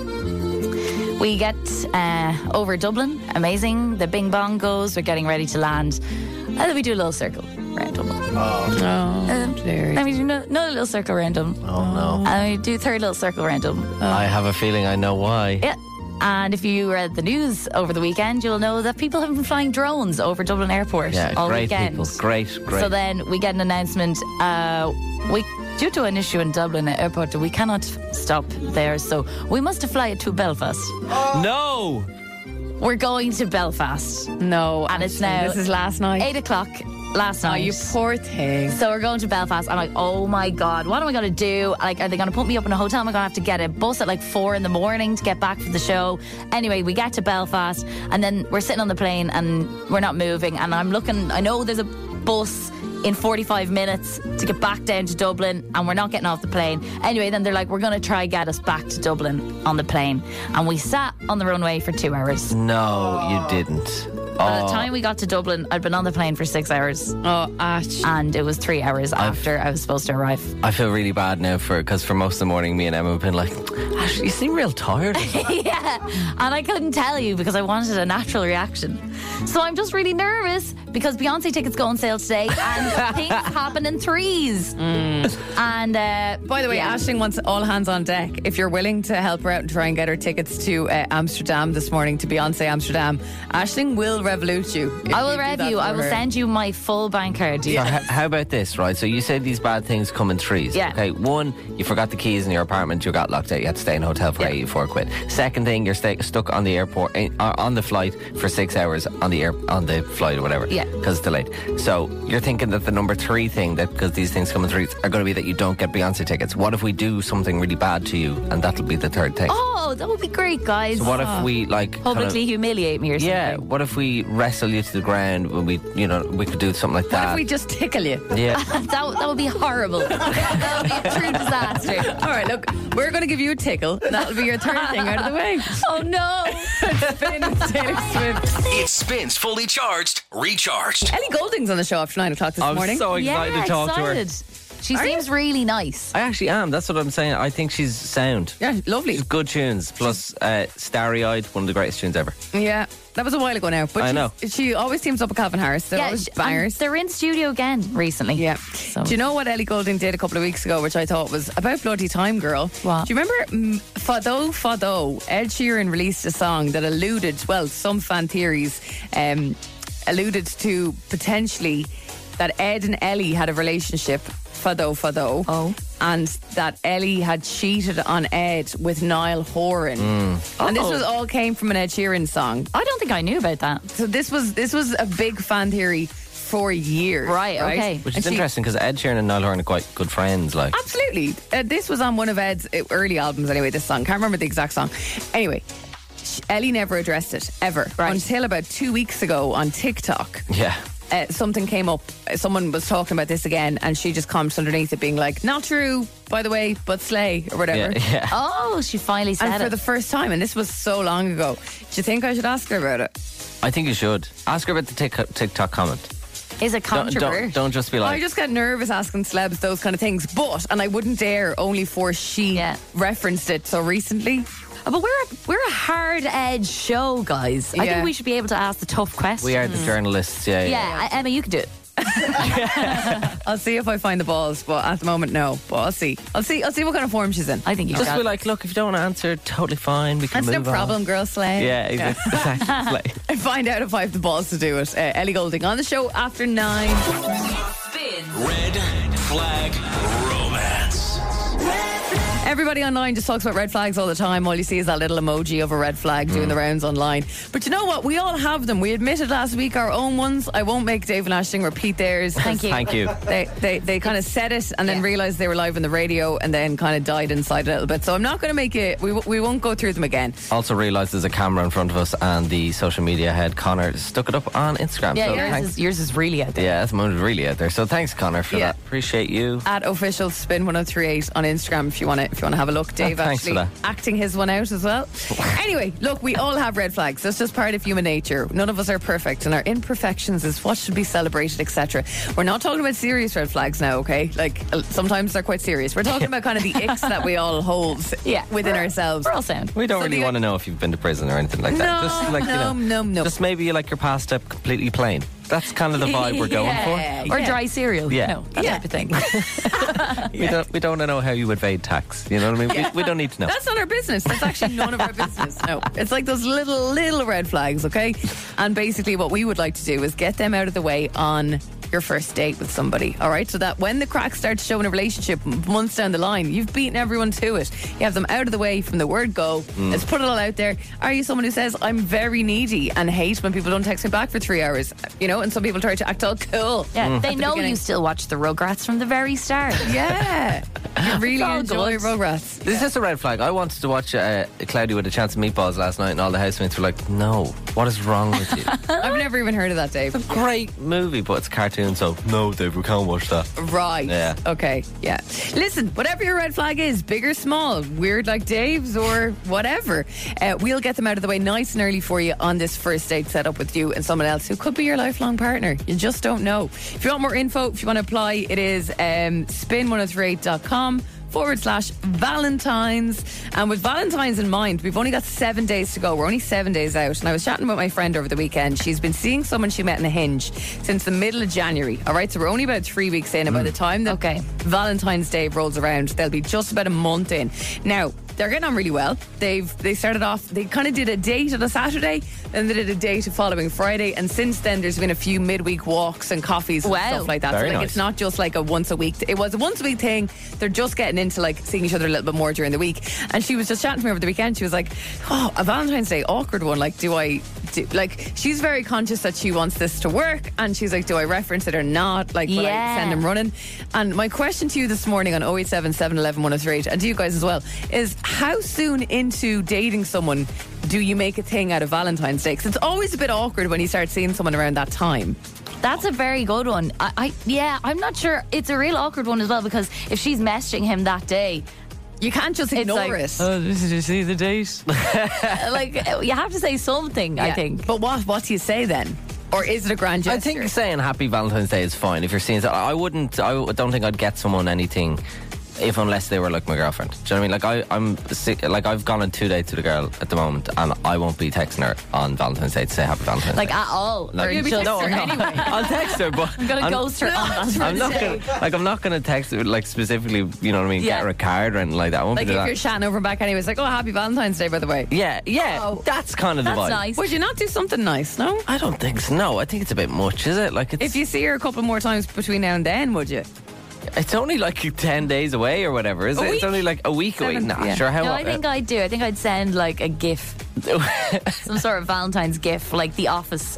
[SPEAKER 5] We get uh, over Dublin. Amazing. The bing bong goes. We're getting ready to land. And then we do a little circle around Dublin.
[SPEAKER 4] Oh,
[SPEAKER 5] Then we do no- another little circle around Dublin.
[SPEAKER 3] Oh no!
[SPEAKER 5] And then we do third little circle around Dublin.
[SPEAKER 3] I have a feeling I know why.
[SPEAKER 5] Yeah. And if you read the news over the weekend, you'll know that people have been flying drones over Dublin Airport
[SPEAKER 3] Yeah,
[SPEAKER 5] all
[SPEAKER 3] great
[SPEAKER 5] weekend.
[SPEAKER 3] people, great, great.
[SPEAKER 5] So then we get an announcement. Uh, we due to an issue in Dublin Airport, we cannot stop there, so we must fly it to Belfast.
[SPEAKER 3] No.
[SPEAKER 5] We're going to Belfast.
[SPEAKER 4] No,
[SPEAKER 5] and it's now
[SPEAKER 4] this is last night.
[SPEAKER 5] eight o'clock last
[SPEAKER 4] Oh,
[SPEAKER 5] night.
[SPEAKER 4] you poor thing.
[SPEAKER 5] So we're going to Belfast. I'm like, oh my god, what am I gonna do? Like, are they gonna put me up in a hotel? Am I gonna have to get a bus at like four in the morning to get back for the show? Anyway, we get to Belfast, and then we're sitting on the plane, and we're not moving. And I'm looking. I know there's a bus in 45 minutes to get back down to Dublin, and we're not getting off the plane. Anyway, then they're like, we're gonna try get us back to Dublin on the plane, and we sat on the runway for two hours.
[SPEAKER 3] No, you didn't.
[SPEAKER 5] By
[SPEAKER 3] Oh.
[SPEAKER 5] the time we got to Dublin, I'd been on the plane for six hours.
[SPEAKER 4] Oh, ash.
[SPEAKER 5] And it was three hours after I was supposed to arrive.
[SPEAKER 3] I feel really bad now for because for most of the morning, me and Emma have been like, Ash, you seem real tired.
[SPEAKER 4] <laughs>
[SPEAKER 5] yeah. <laughs> And I couldn't tell you because I wanted a natural reaction. So I'm just really nervous because Beyonce tickets go on sale today and things happen in threes. And uh,
[SPEAKER 4] By the way,
[SPEAKER 5] yeah.
[SPEAKER 4] Ashling wants all hands on deck. If you're willing to help her out and try and get her tickets to uh, Amsterdam this morning to Beyonce Amsterdam, Ashling will revolute you. if
[SPEAKER 5] I will
[SPEAKER 4] do
[SPEAKER 5] rev
[SPEAKER 4] that
[SPEAKER 5] you.
[SPEAKER 4] for
[SPEAKER 5] I will
[SPEAKER 4] her.
[SPEAKER 5] send you my full bank card.
[SPEAKER 3] So h- how about this, right? So you said these bad things come in threes.
[SPEAKER 5] Yeah.
[SPEAKER 3] Okay. One, you forgot the keys in your apartment. You got locked out. You had to stay in a hotel for eighty-four quid. Second thing, you're sta stuck on the airport eh, uh, on the flight for six hours on the air on the flight or whatever.
[SPEAKER 5] Yeah.
[SPEAKER 3] Because it's delayed. So you're thinking that the number three thing that because these things come in threes are going to be that you don't get Beyonce tickets. What if we do something really bad to you and that'll be the third thing?
[SPEAKER 5] Oh, that would be great, guys. Oh.
[SPEAKER 3] so what if we like kind of-
[SPEAKER 5] publicly humiliate me or something? <laughs>
[SPEAKER 3] yeah. What if we wrestle you to the ground when we, you know, we could do something like
[SPEAKER 4] What
[SPEAKER 3] that.
[SPEAKER 4] if we just tickle you?
[SPEAKER 5] <laughs>
[SPEAKER 3] yeah.
[SPEAKER 5] that, that would be horrible. <laughs> that would be a true disaster.
[SPEAKER 4] <laughs> All right, look, we're going to give you a tickle. That'll be your third thing out of the way.
[SPEAKER 5] <laughs> Oh no.
[SPEAKER 4] Spin is Taylor Swift.
[SPEAKER 1] It spins fully charged, recharged.
[SPEAKER 4] Ellie Golding's on the show after nine o'clock this
[SPEAKER 3] I'm
[SPEAKER 4] morning. Oh,
[SPEAKER 3] so excited
[SPEAKER 5] yeah,
[SPEAKER 3] to talk
[SPEAKER 5] excited.
[SPEAKER 3] to her.
[SPEAKER 5] She seems really nice.
[SPEAKER 3] I actually am. That's what I'm saying. I think she's sound.
[SPEAKER 4] yeah, lovely.
[SPEAKER 3] She's good tunes. Plus, uh, Starry Eyed, one of the greatest tunes ever.
[SPEAKER 4] Yeah, that was a while ago now. But
[SPEAKER 3] I
[SPEAKER 4] she's-
[SPEAKER 3] know.
[SPEAKER 4] she always teams up with Calvin Harris. They're
[SPEAKER 5] yeah,
[SPEAKER 4] always
[SPEAKER 5] sh- and
[SPEAKER 4] bangers.
[SPEAKER 5] they're in studio again recently.
[SPEAKER 4] Yeah.
[SPEAKER 5] So-
[SPEAKER 4] Do you know what Ellie Goulding did a couple of weeks ago, which I thought was about bloody time, girl?
[SPEAKER 5] What?
[SPEAKER 4] Do you remember mm, Fado Fado? Ed Sheeran released a song that alluded, well, some fan theories um, alluded to potentially that Ed and Ellie had a relationship, Fado Fado.
[SPEAKER 5] Oh.
[SPEAKER 4] And that Ellie had cheated on Ed with Niall Horan. And this
[SPEAKER 5] Oh.
[SPEAKER 4] was all came from an Ed Sheeran song.
[SPEAKER 5] I don't think I knew about that.
[SPEAKER 4] So this was this was a big fan theory for years.
[SPEAKER 5] Right, okay.
[SPEAKER 3] Which
[SPEAKER 4] And
[SPEAKER 3] is
[SPEAKER 4] she-
[SPEAKER 3] interesting because Ed Sheeran and Niall Horan are quite good friends. Like,
[SPEAKER 4] Absolutely. Uh, this was on one of Ed's uh, early albums, anyway, this song. Can't remember the exact song. Anyway, sh- Ellie never addressed it, ever.
[SPEAKER 5] Right.
[SPEAKER 4] Until about two weeks ago on TikTok,
[SPEAKER 3] yeah.
[SPEAKER 4] uh, something came up. Uh, Someone was talking about this again, and she just commented underneath it, being like, not true, by the way, but slay, or whatever.
[SPEAKER 3] Yeah. yeah.
[SPEAKER 5] Oh, she finally said
[SPEAKER 4] And for
[SPEAKER 5] it.
[SPEAKER 4] the first time, and this was so long ago, do you think I should ask her about it?
[SPEAKER 3] I think you should. Ask her about the tic- TikTok comment.
[SPEAKER 5] Is it
[SPEAKER 3] Don't, don't,
[SPEAKER 5] controversial?
[SPEAKER 3] don't just be
[SPEAKER 4] I
[SPEAKER 3] like,
[SPEAKER 4] just get nervous asking celebs those kind of things, but, and I wouldn't dare only for she
[SPEAKER 5] Yeah.
[SPEAKER 4] referenced it so recently.
[SPEAKER 5] Oh, but we're a, we're a hard edge show, guys. I
[SPEAKER 4] Yeah.
[SPEAKER 5] think we should be able to ask the tough questions.
[SPEAKER 3] we are the journalists. Yeah.
[SPEAKER 5] Yeah, I- Emma, you can do it.
[SPEAKER 4] I'll see if I find the balls, but at the moment, no. But I'll see. I'll see. I'll see what kind of form she's in. I think
[SPEAKER 3] Just be like, look, if you don't want to answer, totally fine. We can
[SPEAKER 4] That's no
[SPEAKER 3] move on."
[SPEAKER 4] problem, girl. Slay.
[SPEAKER 3] Yeah, exactly. <laughs>
[SPEAKER 4] <laughs>
[SPEAKER 3] exactly.
[SPEAKER 4] and <laughs> find out if I have the balls to do it. Uh, Ellie Golding on the show after nine.
[SPEAKER 1] Red flag romance.
[SPEAKER 4] Everybody online just talks about red flags all the time. All you see is that little emoji of a red flag
[SPEAKER 3] Mm.
[SPEAKER 4] doing the rounds online. But you know what? We all have them. We admitted last week our own ones. I won't make Dave and Ashling repeat theirs.
[SPEAKER 3] Thank you. Thank you.
[SPEAKER 4] They they, they kind of said it and then realized they were live on the radio and then kind of died inside a little bit. So I'm not going to make it. We, w- we won't go through them again.
[SPEAKER 3] Also realised there's a camera in front of us, and the social media head Connor stuck it up on Instagram.
[SPEAKER 4] Yeah,
[SPEAKER 3] so
[SPEAKER 4] yours
[SPEAKER 3] thanks.
[SPEAKER 4] is- yours is really out there.
[SPEAKER 3] Yeah, that's mine is really out there. So thanks, Connor, for
[SPEAKER 4] Yeah.
[SPEAKER 3] that. Appreciate you.
[SPEAKER 4] At official spin 1038 on Instagram if you want to if you want to have a look.
[SPEAKER 3] <laughs>
[SPEAKER 4] Dave
[SPEAKER 3] thanks for
[SPEAKER 4] actually
[SPEAKER 3] that.
[SPEAKER 4] acting his one out
[SPEAKER 3] <laughs>
[SPEAKER 4] as well. anyway, look, we all have red flags. That's just part of human nature. None of us are perfect, and our imperfections is what should be celebrated, etc. We're not talking about serious red flags now, okay? Like uh, sometimes they're quite serious.
[SPEAKER 3] <laughs>
[SPEAKER 4] We're talking about kind of the icks that we all hold
[SPEAKER 5] Yeah.
[SPEAKER 4] within
[SPEAKER 5] We're-
[SPEAKER 4] ourselves.
[SPEAKER 5] we're all sound.
[SPEAKER 3] We don't
[SPEAKER 4] So
[SPEAKER 3] really
[SPEAKER 4] the-
[SPEAKER 3] want to know if you've been to prison or anything like that.
[SPEAKER 4] No,
[SPEAKER 3] just like you
[SPEAKER 4] no,
[SPEAKER 3] know,
[SPEAKER 4] no, no.
[SPEAKER 3] Just maybe you like your past step completely plain. That's kind of the vibe we're going
[SPEAKER 5] Yeah,
[SPEAKER 3] for.
[SPEAKER 5] Or dry cereal.
[SPEAKER 3] Yeah.
[SPEAKER 5] You know, that
[SPEAKER 4] Yeah.
[SPEAKER 5] type of thing.
[SPEAKER 3] We don't we don't want to know how you evade tax. You know what I mean?
[SPEAKER 4] Yeah.
[SPEAKER 3] We, we don't need to know.
[SPEAKER 4] That's not our business. That's actually none of our business. No. It's like those little, little red flags, okay? And basically, what we would like to do is get them out of the way on your first date with somebody, all right? So that when the cracks start to show in a relationship m- months down the line, you've beaten everyone to it. You have them out of the way from the word go. Let's put it all out there. Are you someone who says, I'm very needy and hate when people don't text me back for three hours? You know, and some people try to act all cool.
[SPEAKER 5] Yeah, they
[SPEAKER 4] Mm. At the
[SPEAKER 5] know
[SPEAKER 4] beginning.
[SPEAKER 5] you still watch the Rugrats from the very start.
[SPEAKER 4] <laughs>
[SPEAKER 5] <laughs>
[SPEAKER 4] Yeah. You really
[SPEAKER 5] all
[SPEAKER 4] enjoy
[SPEAKER 5] good.
[SPEAKER 4] Rugrats.
[SPEAKER 3] This is a red flag. I wanted to watch uh, Cloudy with a Chance of Meatballs last night, and all the housemates were like, "No, what is wrong with you?"
[SPEAKER 4] <laughs> I've never even heard of that,
[SPEAKER 5] <laughs>
[SPEAKER 4] Dave.
[SPEAKER 3] Great movie, but it's cartoon, so no, Dave, we can't watch that.
[SPEAKER 4] Right.
[SPEAKER 3] Yeah.
[SPEAKER 4] Okay. Yeah. Listen, whatever your red flag is, big or small, weird like Dave's or whatever, uh, we'll get them out of the way nice and early for you on this first date set up with you and someone else who could be your lifelong partner. You just don't know. If you want more info, if you want to apply, it is um, spin1038.com. Forward slash Valentine's. And with Valentine's in mind, we've only got seven days to go. We're only seven days out. And I was chatting with my friend over the weekend. She's been seeing someone she met in a hinge since the middle of January. All right, so we're only about three weeks in. And by the time that
[SPEAKER 5] Okay.
[SPEAKER 4] Valentine's Day rolls around, they'll be just about a month in. Now, they're getting on really well. They've they started off. They kind of did a date on a Saturday, then they did a date the following Friday, and since then there's been a few midweek walks and coffees and
[SPEAKER 5] Wow.
[SPEAKER 4] stuff like that.
[SPEAKER 3] Very
[SPEAKER 4] so like
[SPEAKER 3] nice.
[SPEAKER 4] it's not just like a once a week. It was a once a week thing. They're just getting into like seeing each other a little bit more during the week. And she was just chatting to me over the weekend. She was like, "Oh, a Valentine's Day awkward one. Like, do I do like?" She's very conscious that she wants this to work, and she's like, "Do I reference it or not? Like, will I
[SPEAKER 5] Yeah.
[SPEAKER 4] send him running?" And my question to you this morning on 087 711 103, and to you guys as well is how soon into dating someone do you make a thing out of Valentine's Day? 'Cause it's always a bit awkward when you start seeing someone around that time.
[SPEAKER 5] That's a very good one. I, I yeah, I'm not sure. It's a real awkward one as well because if she's messaging him that day,
[SPEAKER 4] You can't just
[SPEAKER 5] It's
[SPEAKER 4] ignore
[SPEAKER 5] like-
[SPEAKER 4] it.
[SPEAKER 3] did you see the date?
[SPEAKER 4] <laughs>
[SPEAKER 5] like you have to say something. I
[SPEAKER 4] Yeah.
[SPEAKER 5] think.
[SPEAKER 4] But what what do you say then? Or is it a grand gesture?
[SPEAKER 3] I think saying Happy Valentine's Day is fine if you're seeing. I wouldn't. I don't think I'd get someone anything if unless they were like my girlfriend. Do you know what I mean? Like I, I'm sick, like I've gone on two dates with a girl at the moment, and I won't be texting her on Valentine's Day to say Happy Valentine's
[SPEAKER 5] like
[SPEAKER 3] Day.
[SPEAKER 5] at all.
[SPEAKER 3] Like-
[SPEAKER 5] or
[SPEAKER 3] You'll be
[SPEAKER 5] just-
[SPEAKER 3] texting her No, I'm not. <laughs> I'll text her, but
[SPEAKER 5] I'm gonna ghost her on Valentine's
[SPEAKER 3] I'm not gonna, like I'm not gonna text her like specifically. You know what I mean?
[SPEAKER 5] Yeah.
[SPEAKER 3] Get her a card or anything like that. I won't
[SPEAKER 4] like
[SPEAKER 3] be
[SPEAKER 4] if
[SPEAKER 3] doing
[SPEAKER 4] you're
[SPEAKER 3] that.
[SPEAKER 4] chatting over back anyways, like, oh happy Valentine's Day by the way.
[SPEAKER 3] yeah, yeah.
[SPEAKER 4] Oh.
[SPEAKER 3] that's kind of the
[SPEAKER 5] That's
[SPEAKER 3] vibe.
[SPEAKER 5] nice.
[SPEAKER 4] Would you not do something nice, no?
[SPEAKER 3] I don't think so. No, I think it's a bit much, is it? Like it's
[SPEAKER 4] If you see her a couple more times between now and then, would you?
[SPEAKER 3] It's only like ten days away or whatever, is
[SPEAKER 4] A
[SPEAKER 3] it?
[SPEAKER 4] week?
[SPEAKER 3] It's only like a week away.
[SPEAKER 4] Seven-
[SPEAKER 3] Nah,
[SPEAKER 4] yeah.
[SPEAKER 3] sure. How?
[SPEAKER 5] No, I think I'd do. I think I'd send like a gif, some sort of Valentine's gif, like the office.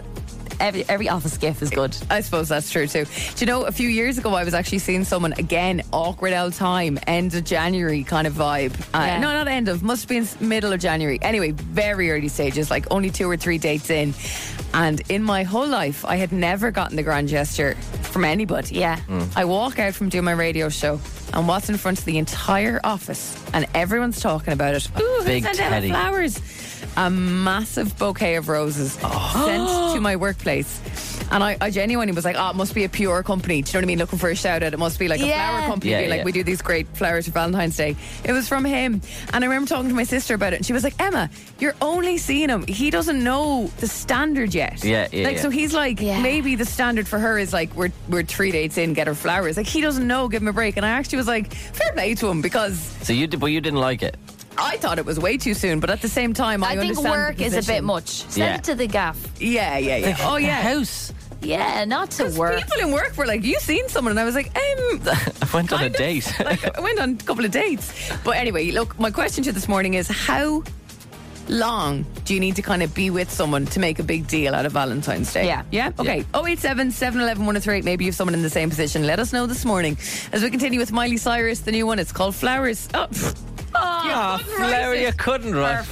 [SPEAKER 5] Every, every office gif is good.
[SPEAKER 4] I suppose that's true too. Do you know, a few years ago, I was actually seeing someone again, awkward old time, end of January kind of vibe. Uh,
[SPEAKER 5] Yeah.
[SPEAKER 4] No, not end of, must be in s- middle of January. Anyway, very early stages, like only two or three dates in. And in my whole life, I had never gotten the grand gesture from anybody.
[SPEAKER 5] Yeah.
[SPEAKER 4] I walk out from doing my radio show, and what's in front of the entire office, and everyone's talking about it. Ooh, who
[SPEAKER 3] big
[SPEAKER 4] sent out
[SPEAKER 3] teddy. Oh.
[SPEAKER 4] flowers? A massive bouquet of roses sent to my workplace. And I, I genuinely was like, oh, it must be a pure company. Do you know what I mean? Looking for a shout out. It must be like a
[SPEAKER 5] Yeah.
[SPEAKER 4] flower company.
[SPEAKER 5] Yeah,
[SPEAKER 4] being like,
[SPEAKER 5] yeah.
[SPEAKER 4] we do these great flowers for Valentine's Day. It was from him. And I remember talking to my sister about it. And she was like, Emma, you're only seeing him. He doesn't know the standard yet.
[SPEAKER 3] Yeah, yeah,
[SPEAKER 4] Like,
[SPEAKER 3] yeah.
[SPEAKER 4] so he's like, maybe the standard for her is like, we're, we're three dates in, get her flowers. Like, he doesn't know, give him a break. And I actually was like, fair play to him because
[SPEAKER 3] So you did, but you didn't like it.
[SPEAKER 4] I thought it was way too soon. But at the same time, I,
[SPEAKER 5] I think
[SPEAKER 4] understand the
[SPEAKER 5] work is a bit
[SPEAKER 4] position.
[SPEAKER 5] much. Send
[SPEAKER 3] Yeah.
[SPEAKER 5] it to the gaff.
[SPEAKER 4] Yeah, yeah, yeah.
[SPEAKER 5] The-
[SPEAKER 4] Oh,
[SPEAKER 5] the
[SPEAKER 4] yeah.
[SPEAKER 3] house.
[SPEAKER 5] Yeah, not to work.
[SPEAKER 4] People in work were like, "You seen someone?" And I was like, "Um,
[SPEAKER 3] I went on a
[SPEAKER 4] <laughs>
[SPEAKER 3] date. <laughs>
[SPEAKER 4] I went on a couple of dates." But anyway, look, my question to you this morning is: How long do you need to kind of be with someone to make a big deal out of Valentine's Day?
[SPEAKER 5] Yeah.
[SPEAKER 4] yeah. Okay. Oh eight seven seven eleven one oh three eight. Maybe you have someone in the same position. Let us know this morning as we continue with Miley Cyrus, the new one. It's called Flowers. Oh.
[SPEAKER 3] Ah,
[SPEAKER 4] couldn't write
[SPEAKER 3] Flower,
[SPEAKER 4] it.
[SPEAKER 3] you couldn't run.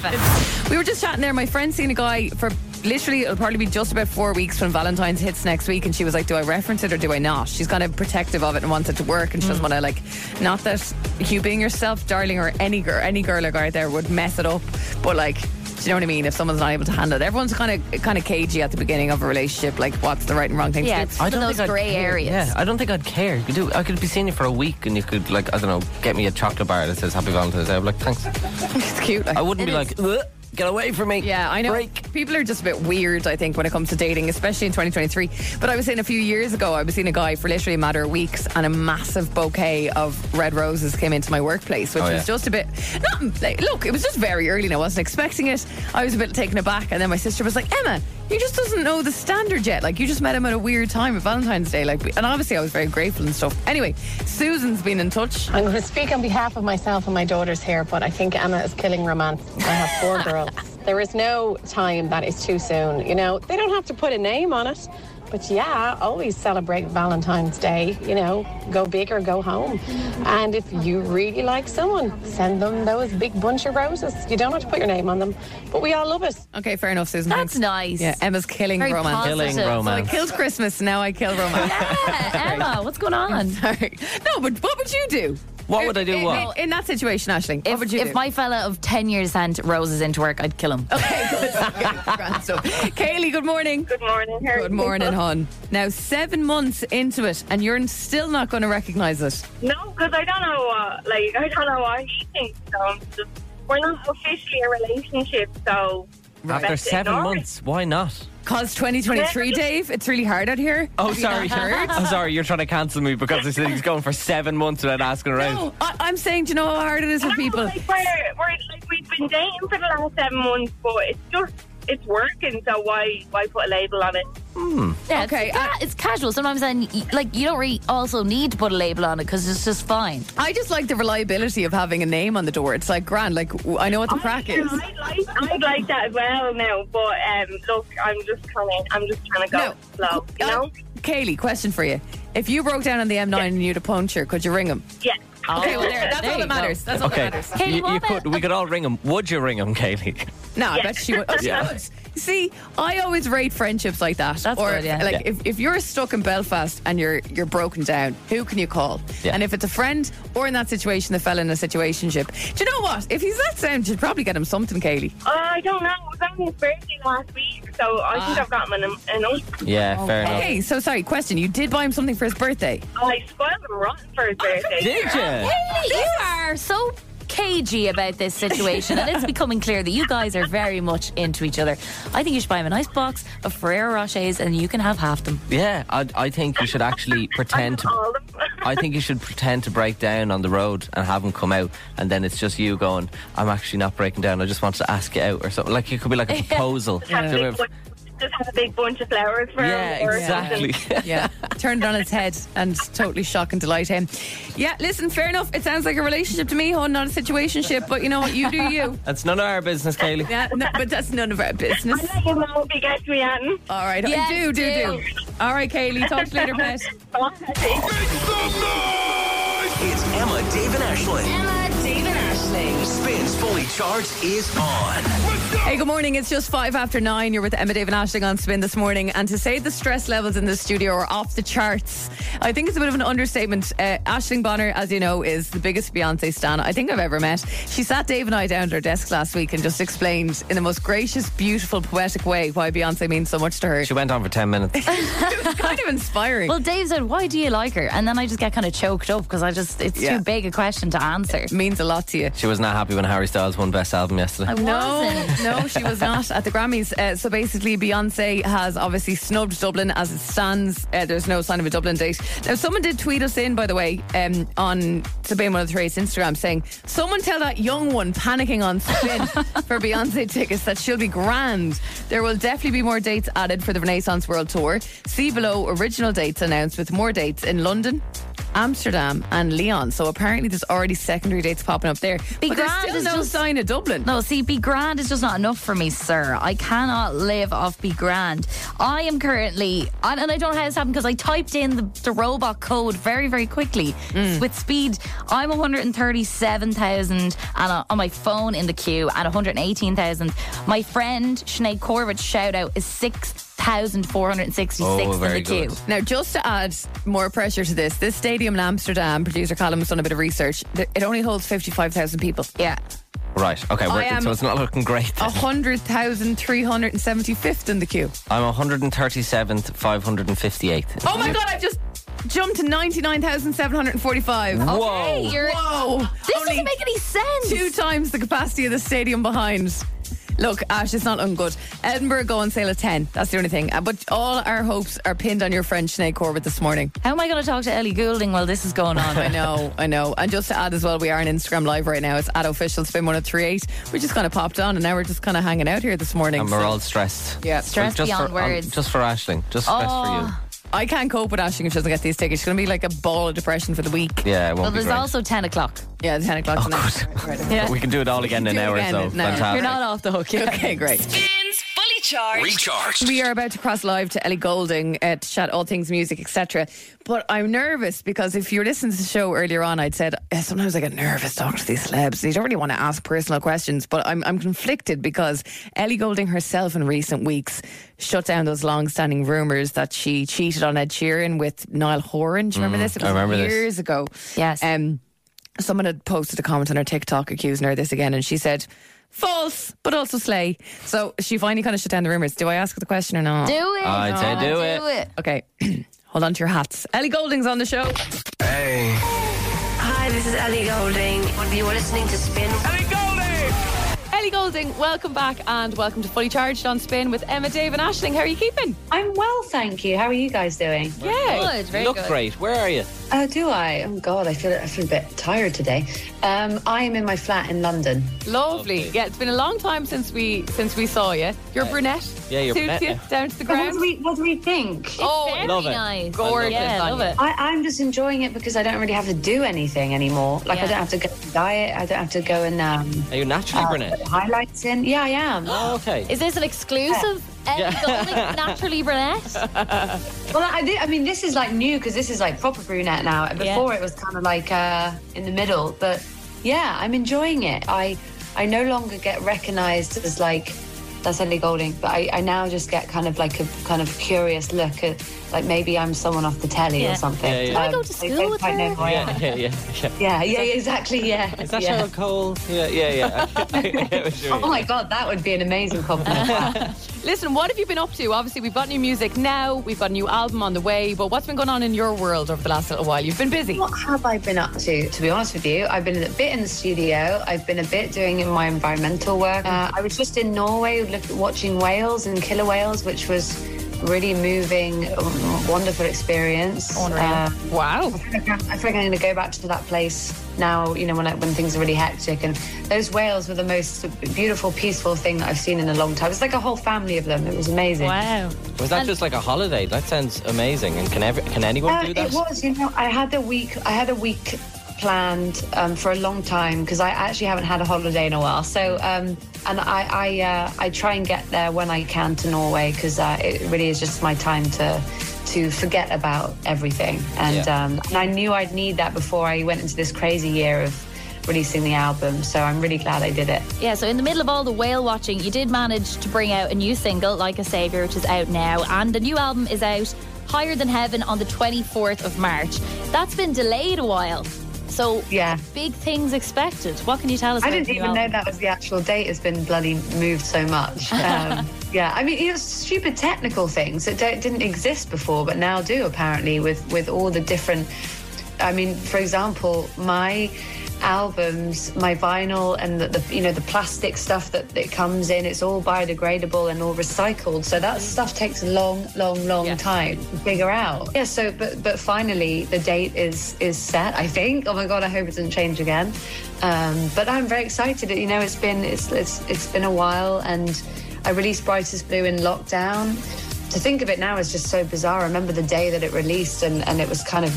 [SPEAKER 4] We were just chatting there. My friend's seen a guy for literally, it'll probably be just about four weeks when Valentine's hits next week. And she was like, Do I reference it or do I not? She's kind of protective of it and wants it to work. And she
[SPEAKER 5] Mm.
[SPEAKER 4] doesn't want to, like, not that you being yourself, darling, or any girl, any girl or guy out there would mess it up. But, like, do you know what I mean? If someone's not able to handle it, everyone's kind of kind of cagey at the beginning of a relationship. Like, what's the right and wrong thing
[SPEAKER 5] Yeah,
[SPEAKER 4] to
[SPEAKER 5] it's
[SPEAKER 4] do?
[SPEAKER 5] one of those
[SPEAKER 3] I'd
[SPEAKER 5] grey
[SPEAKER 3] care.
[SPEAKER 5] areas.
[SPEAKER 3] Yeah, I don't think I'd care. You could do. I could be seeing you for a week, and you could like I don't know, get me a chocolate bar that says Happy Valentine's Day. I'm like, thanks.
[SPEAKER 4] <laughs> it's cute.
[SPEAKER 3] I wouldn't
[SPEAKER 4] It
[SPEAKER 3] be like,
[SPEAKER 4] is.
[SPEAKER 3] "Ugh, get away from me.
[SPEAKER 4] Yeah, I know.
[SPEAKER 3] Break.
[SPEAKER 4] People are just a bit weird, I think, when it comes to dating, especially in 2023. But I was saying a few years ago, I was seeing a guy for literally a matter of weeks, and a massive bouquet of red roses came into my workplace, which
[SPEAKER 2] Oh, yeah.
[SPEAKER 4] was just a bit. Not, like, look, it was just very early, and I wasn't expecting it. I was a bit taken aback, and then my sister was like, "Emma, you just doesn't know the standard yet. Like, you just met him at a weird time at Valentine's Day. Like, and obviously, I was very grateful and stuff. Anyway, Susan's been in touch.
[SPEAKER 13] I'm going to speak on behalf of myself and my daughters here, but I think Emma is killing romance. I have four girls. There is no time that is too soon. You know, they don't have to put a name on it. But yeah, always celebrate Valentine's Day. You know, go big or go home. And if you really like someone, send them those big bunch of roses. You don't have to put your name on them, but we all love it.
[SPEAKER 4] Okay, fair enough, Susan. That's
[SPEAKER 5] nice.
[SPEAKER 4] Yeah, Emma's killing
[SPEAKER 5] Very
[SPEAKER 4] romance.
[SPEAKER 5] positive. Killing romance.
[SPEAKER 4] So I killed Christmas, now I kill romance.
[SPEAKER 5] yeah, Emma, what's going on?
[SPEAKER 4] Sorry. No, but what would you do?
[SPEAKER 3] What would I do?
[SPEAKER 4] In,
[SPEAKER 3] What?
[SPEAKER 4] in- in that situation, Ashley, <laughs> what
[SPEAKER 5] If,
[SPEAKER 4] would you <laughs>
[SPEAKER 5] if
[SPEAKER 4] do?
[SPEAKER 5] my fella of 10 years sent roses into work, I'd kill him.
[SPEAKER 4] Grand stuff. Kaylee, good morning. Good morning. Good morning, hon. Now, seven months into it, and you're still not going to recognise it.
[SPEAKER 12] No, because I don't know what, like, I don't know what he thinks. So I'm just, we're not officially a relationship, so.
[SPEAKER 3] After
[SPEAKER 12] let's
[SPEAKER 3] seven
[SPEAKER 12] ignore it.
[SPEAKER 3] months, why not?
[SPEAKER 4] Cause 2023, Dave, it's really hard out here.
[SPEAKER 3] Oh,
[SPEAKER 4] Have you
[SPEAKER 3] sorry.
[SPEAKER 4] not
[SPEAKER 3] <laughs>
[SPEAKER 4] heard?
[SPEAKER 3] I'm sorry. You're trying to cancel me because this thing's going for seven months without asking around.
[SPEAKER 4] No, I, I'm saying, do you know how hard it is for people?
[SPEAKER 12] Like, we're, we're, like, we've been dating for the last seven months, but it's just, it's working, so why, why put a label on it?
[SPEAKER 5] Yeah, okay, it's, ca- it's casual. Sometimes then, y- like, you don't really also need to put a label on it because it's just fine.
[SPEAKER 4] I just like the reliability of having a name on the door. It's like grand. Like w- I know what the crack is.
[SPEAKER 12] I'd, I'd like that as well now, but um, look, I'm just kind of, I'm just trying to go slow, you know?
[SPEAKER 4] Uh, Kaylee, question for you: If you broke down on the M9 and you had a puncture, could you ring him?
[SPEAKER 12] Yeah.
[SPEAKER 5] Oh.
[SPEAKER 4] Okay, well, there, that's all that matters. That's all
[SPEAKER 3] okay.
[SPEAKER 4] that matters.
[SPEAKER 3] you, you could, we could all ring him. Would you ring him, Kaylee?
[SPEAKER 4] No, I bet she would. Oh, she
[SPEAKER 3] Yeah.
[SPEAKER 4] would. See, I always rate friendships like that. That's or
[SPEAKER 5] good, yeah.
[SPEAKER 4] like
[SPEAKER 5] Yeah.
[SPEAKER 4] if, if you're stuck in Belfast and you're you're broken down, who can you call?
[SPEAKER 5] Yeah.
[SPEAKER 4] And if it's a friend or in that situation, the fella in a situationship. Do you know what? If he's that sound, you'd probably get him something, Kaylee.
[SPEAKER 12] Uh, I don't know. It was on his birthday last week, so I think I've got him an, an
[SPEAKER 3] <laughs> Yeah, fair enough.
[SPEAKER 4] Okay, so sorry, question. You did buy him something for his birthday.
[SPEAKER 12] I spoiled him rotten for his birthday.
[SPEAKER 3] Did
[SPEAKER 5] Hey, you are so cagey about this situation, and it's becoming clear that you guys are very much into each other. I think you should buy him a nice box of Ferrero Rochers, and you can have half them.
[SPEAKER 3] Yeah, I, I think you should
[SPEAKER 12] <laughs>
[SPEAKER 3] actually pretend to. I think you should pretend to break down on the road and have him come out, and then it's just you going. I'm actually not breaking down. I just wanted to ask you out or something. Like it could be
[SPEAKER 12] <laughs>
[SPEAKER 3] like a proposal.
[SPEAKER 12] Just, have a
[SPEAKER 3] Sort
[SPEAKER 12] big
[SPEAKER 3] of-
[SPEAKER 12] bunch, just have a big bunch of flowers for
[SPEAKER 3] Yeah,
[SPEAKER 12] him. or
[SPEAKER 3] exactly. <laughs>
[SPEAKER 12] something.
[SPEAKER 4] yeah, turned it on its head and totally shock and delight him. Yeah, listen, fair enough. It sounds like a relationship to me, hon, not a situationship. But you know what? You do you.
[SPEAKER 3] That's none of our business,
[SPEAKER 12] <laughs>
[SPEAKER 3] Kaylee.
[SPEAKER 4] Yeah, no, but that's none of our business.
[SPEAKER 12] I will not be getting me on.
[SPEAKER 4] All right, do, do, do. All right, Kaylee, talk to you later, pet.
[SPEAKER 12] <laughs>
[SPEAKER 1] It's Emma, Dave, and Ashling.
[SPEAKER 7] Emma, Dave, and Ashling.
[SPEAKER 1] Spins fully charge is on.
[SPEAKER 4] <laughs> Hey, good morning. It's just five after nine. You're with Emma David Ashling on Spin this morning. And to say the stress levels in the studio are off the charts, I think it's a bit of an understatement. Uh, Ashling Bonner, as you know, is the biggest Beyonce stan I think I've ever met. She sat Dave and I down at her desk last week and just explained in the most gracious, beautiful, poetic way why Beyonce means so much to her.
[SPEAKER 3] She went on for 10 minutes.
[SPEAKER 4] kind of inspiring.
[SPEAKER 5] Well, Dave said, "Why do you like her?" And then I just get kind of choked up because I just it's
[SPEAKER 3] Yeah.
[SPEAKER 5] too big a question to answer. It
[SPEAKER 4] means a lot to you.
[SPEAKER 3] She was not happy when Harry Styles won Best Album yesterday.
[SPEAKER 4] No,
[SPEAKER 5] wasn't.
[SPEAKER 4] no, she was not at the Grammys. Uh, so basically, Beyonce has obviously snubbed Dublin as it stands. Uh, there's no sign of a Dublin date. Now, someone did tweet us in, by the way, um, on Sabine103's Instagram saying, Someone tell that young one panicking on
[SPEAKER 5] <laughs>
[SPEAKER 4] spin for Beyonce tickets that she'll be grand. There will definitely be more dates added for the Renaissance World Tour. See below original dates announced with more dates in London. Amsterdam and Leon. So apparently, there's already secondary dates popping up there.
[SPEAKER 5] Be
[SPEAKER 4] but
[SPEAKER 5] grand
[SPEAKER 4] there's
[SPEAKER 5] is
[SPEAKER 4] still no
[SPEAKER 5] just-
[SPEAKER 4] sign of Dublin.
[SPEAKER 5] No, see, be grand is just not enough for me, sir. I cannot live off be grand. I am currently, and, and I don't know how this happened because I typed in the, the robot code very, very quickly
[SPEAKER 3] Mm.
[SPEAKER 5] with speed. I'm 137,000 and uh, on my phone in the queue at 118,000. My friend Sinead Corbett's shout out is 6,466
[SPEAKER 3] Oh,
[SPEAKER 5] in the queue.
[SPEAKER 4] Now, just to add more pressure to this, this stadium in Amsterdam, producer Colin has done a bit of research. th- It only holds 55,000 people.
[SPEAKER 5] Yeah.
[SPEAKER 3] Right, okay,
[SPEAKER 4] I
[SPEAKER 3] we're,
[SPEAKER 4] am-
[SPEAKER 3] so it's not looking great.
[SPEAKER 4] 100,375th in the queue.
[SPEAKER 3] I'm 137th, 558th.
[SPEAKER 4] Oh my God, I've just jumped to 99,745.
[SPEAKER 3] Whoa. Okay,
[SPEAKER 5] you're-
[SPEAKER 4] Whoa.
[SPEAKER 5] This doesn't make any sense.
[SPEAKER 4] Two times the capacity of the stadium behind. Look, Ash, it's not ungood. Edinburgh go on sale at 10. That's the only thing. Uh, But all our hopes are pinned on your friend Sinead Corbett this morning.
[SPEAKER 5] How am I going to talk to Ellie Goulding while this is going
[SPEAKER 3] <laughs>
[SPEAKER 5] on?
[SPEAKER 4] I know, I know. And just to add as well, we are on Instagram live right now. It's at official spin 1038. We just kind of popped on and now we're just kind of hanging out here this morning.
[SPEAKER 3] And we're
[SPEAKER 4] so-
[SPEAKER 3] all stressed.
[SPEAKER 4] Yeah.
[SPEAKER 3] Stress
[SPEAKER 4] Stressed beyond words.
[SPEAKER 3] just for Ashling. Just stress for you.
[SPEAKER 4] I can't cope with Ashing if she doesn't get these tickets. She's going to be like a ball of depression for the week.
[SPEAKER 3] Yeah, it won't
[SPEAKER 5] Well,
[SPEAKER 3] be
[SPEAKER 5] there's
[SPEAKER 3] great. <laughs>
[SPEAKER 5] also 10 o'clock.
[SPEAKER 4] Yeah, 10 o'clock tonight. Right, right.
[SPEAKER 3] We can do it all again in an hour,
[SPEAKER 4] again
[SPEAKER 3] so
[SPEAKER 4] in an hour.
[SPEAKER 3] fantastic.
[SPEAKER 4] You're not off the hook. Okay, <laughs> great.
[SPEAKER 2] Spins fully charged.
[SPEAKER 4] We are about to cross live to Ellie Golding uh, to chat all things music, etc. But I'm nervous because if you were listening to the show earlier on, I'd said "Eh, sometimes I get nervous talking to these celebs. You don't really want to ask personal questions, but I'm, I'm conflicted because Ellie Golding herself in recent weeks shut down those long-standing rumours that she cheated on Ed Sheeran with Niall Horan. Do you remember
[SPEAKER 5] Mm,
[SPEAKER 4] this? It
[SPEAKER 5] I
[SPEAKER 4] was
[SPEAKER 5] remember this.
[SPEAKER 4] years ago.
[SPEAKER 5] Yes.
[SPEAKER 4] Um, someone had posted a comment on her TikTok accusing her of this again, and she said. False, but also slay. So she finally kind of shut down the rumors. Do I ask the question or not?
[SPEAKER 5] Do it.
[SPEAKER 3] I'd say do it.
[SPEAKER 4] Okay, <clears throat> hold on to your hats. Ellie Golding's on the show.
[SPEAKER 3] Hey.
[SPEAKER 14] Hi, this is Ellie Golding. You're listening to Spin. Ellie Golding!
[SPEAKER 4] Ellie Golding, welcome back and welcome to Fully Charged on Spin with Emma, Dave, and Ashling. How are you keeping?
[SPEAKER 14] I'm well, thank you. How are you guys doing?
[SPEAKER 4] Yeah.
[SPEAKER 14] Good, very
[SPEAKER 3] you look
[SPEAKER 14] good.
[SPEAKER 3] great. Where are you?
[SPEAKER 14] Oh, do I? Oh God, I feel I feel a bit tired today. Um, I am in my flat in London.
[SPEAKER 4] Lovely. Yeah, it's been a long time since we since we saw you. You're
[SPEAKER 14] Yeah.
[SPEAKER 4] brunette.
[SPEAKER 14] Yeah, you're
[SPEAKER 4] Suits
[SPEAKER 14] brunette,
[SPEAKER 4] you
[SPEAKER 14] yeah.
[SPEAKER 4] down to the
[SPEAKER 14] But what
[SPEAKER 4] ground.
[SPEAKER 14] do we what do we think?
[SPEAKER 4] oh,
[SPEAKER 14] very Love it. nice.
[SPEAKER 4] Gorgeous.
[SPEAKER 14] Yeah,
[SPEAKER 4] on
[SPEAKER 14] love
[SPEAKER 4] you.
[SPEAKER 14] it. I, I'm just enjoying it because I don't really have to do anything anymore. Like I
[SPEAKER 4] Yeah.
[SPEAKER 14] don't have to go and diet. I don't have to go and um,
[SPEAKER 3] Are you naturally
[SPEAKER 14] uh,
[SPEAKER 3] brunette?
[SPEAKER 14] put highlights in. Yeah, I am.
[SPEAKER 3] Oh, okay.
[SPEAKER 5] <laughs> Is this an exclusive? Ellie
[SPEAKER 14] Yeah. <laughs>
[SPEAKER 5] Goulding, naturally brunette?
[SPEAKER 14] Well, I, thi- I mean, this is like new because this is like proper brunette now. Before it was kind of like uh, in the middle, but yeah, I'm enjoying it. I I no longer get recognised as like that's Ellie Golding, but I, I now just get kind of like a kind of curious look at like maybe I'm someone off the telly
[SPEAKER 3] Yeah.
[SPEAKER 14] or something. Um,
[SPEAKER 3] Yeah, yeah. Can I go to
[SPEAKER 14] they
[SPEAKER 3] school
[SPEAKER 14] don't
[SPEAKER 3] with
[SPEAKER 14] quite know who I am.
[SPEAKER 3] yeah, yeah, yeah.
[SPEAKER 14] Yeah, yeah, yeah, exactly. Yeah.
[SPEAKER 3] Is that
[SPEAKER 14] yeah.
[SPEAKER 3] Cheryl Cole? Yeah, yeah, yeah. <laughs>
[SPEAKER 14] Oh my god, that would be an amazing compliment.
[SPEAKER 4] Listen, what have you been up to? Obviously, we've got new music now. We've got a new album on the way. But what's been going on in your world over the last little while? You've been busy.
[SPEAKER 14] What have I been up to? To be honest with you, I've been a bit in the studio. I've been a bit doing my environmental work. Uh, I was just in Norway look, watching whales and killer whales, which was really moving, um, wonderful experience.
[SPEAKER 4] Unreal. wow! I
[SPEAKER 14] feel like I'm, I feel like I'm going to go back to that place now. You know, when I, when things are really hectic, and those whales were the most beautiful, peaceful thing that I've seen in a long time. It's like a whole family of them. It was amazing. Wow.
[SPEAKER 3] Was that just like a holiday? That sounds amazing. And can ever, can anyone
[SPEAKER 14] Uh,
[SPEAKER 3] do that?
[SPEAKER 14] It
[SPEAKER 3] <laughs>
[SPEAKER 14] was, you know, I had a week. I had a week planned um, for a long time because I actually haven't had a holiday in a while. So, um, and I, I, uh, I try and get there when I can to Norway because uh, it really is just my time to. To forget about everything, and
[SPEAKER 15] Yeah.
[SPEAKER 14] um, and I knew I'd need that before I went into this crazy year of releasing the album. So I'm really glad I did it.
[SPEAKER 5] Yeah, so in the middle of all the whale watching, you did manage to bring out a new single, Like a Savior, which is out now, and the new album is out, Higher Than Heaven, on the 24th of March. That's been delayed a while. So, yeah, big things expected. What can you tell us?
[SPEAKER 14] I
[SPEAKER 5] about
[SPEAKER 14] didn't
[SPEAKER 5] the new
[SPEAKER 14] even know
[SPEAKER 5] album?
[SPEAKER 14] that was the actual date has been bloody moved so much. Um, yeah, I mean, it was stupid technical things that don't, didn't exist before, but now do apparently with with all the different. I mean, for example, my albums, my vinyl, and the, the you know the plastic stuff that it comes in, it's all biodegradable and all recycled. So that stuff takes a long, long, long time to figure out. Yeah. So, but but finally, the date is is set. I think. Oh my god, I hope it doesn't change again. Um, but I'm very excited. You know, it's been it's it's it's been a while, and I released Brightest Blue in lockdown. To think of it now is just so bizarre. I remember the day that it released, and and it was kind of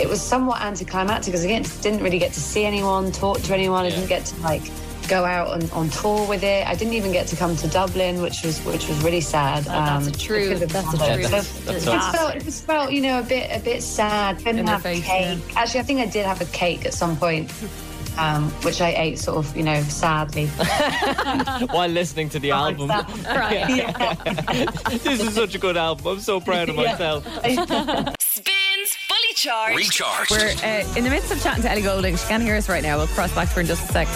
[SPEAKER 14] it was somewhat anticlimactic because I didn't- didn't really get to see anyone, talk to anyone. I didn't get to like go out on, on tour with it. I didn't even get to come to Dublin, which was which was really sad. Um,
[SPEAKER 5] Oh, that's a true-
[SPEAKER 14] because of
[SPEAKER 5] that's a
[SPEAKER 14] that.
[SPEAKER 5] true
[SPEAKER 14] But
[SPEAKER 5] That's-
[SPEAKER 14] It
[SPEAKER 5] that's
[SPEAKER 14] felt it just felt you know a bit a bit sad. Didn't
[SPEAKER 5] In the
[SPEAKER 14] have
[SPEAKER 5] face,
[SPEAKER 14] cake. Actually, I think I did have a cake at some point. Um, which I ate sort of, you know, sadly.
[SPEAKER 15] while listening to the album.
[SPEAKER 14] <laughs>
[SPEAKER 3] <laughs>
[SPEAKER 14] right.
[SPEAKER 15] this is such a good album. I'm so proud of myself.
[SPEAKER 2] Spins fully charged.
[SPEAKER 4] We're uh, in the midst of chatting to Ellie Golding. She can't hear us right now. We'll cross back to her in just a sec.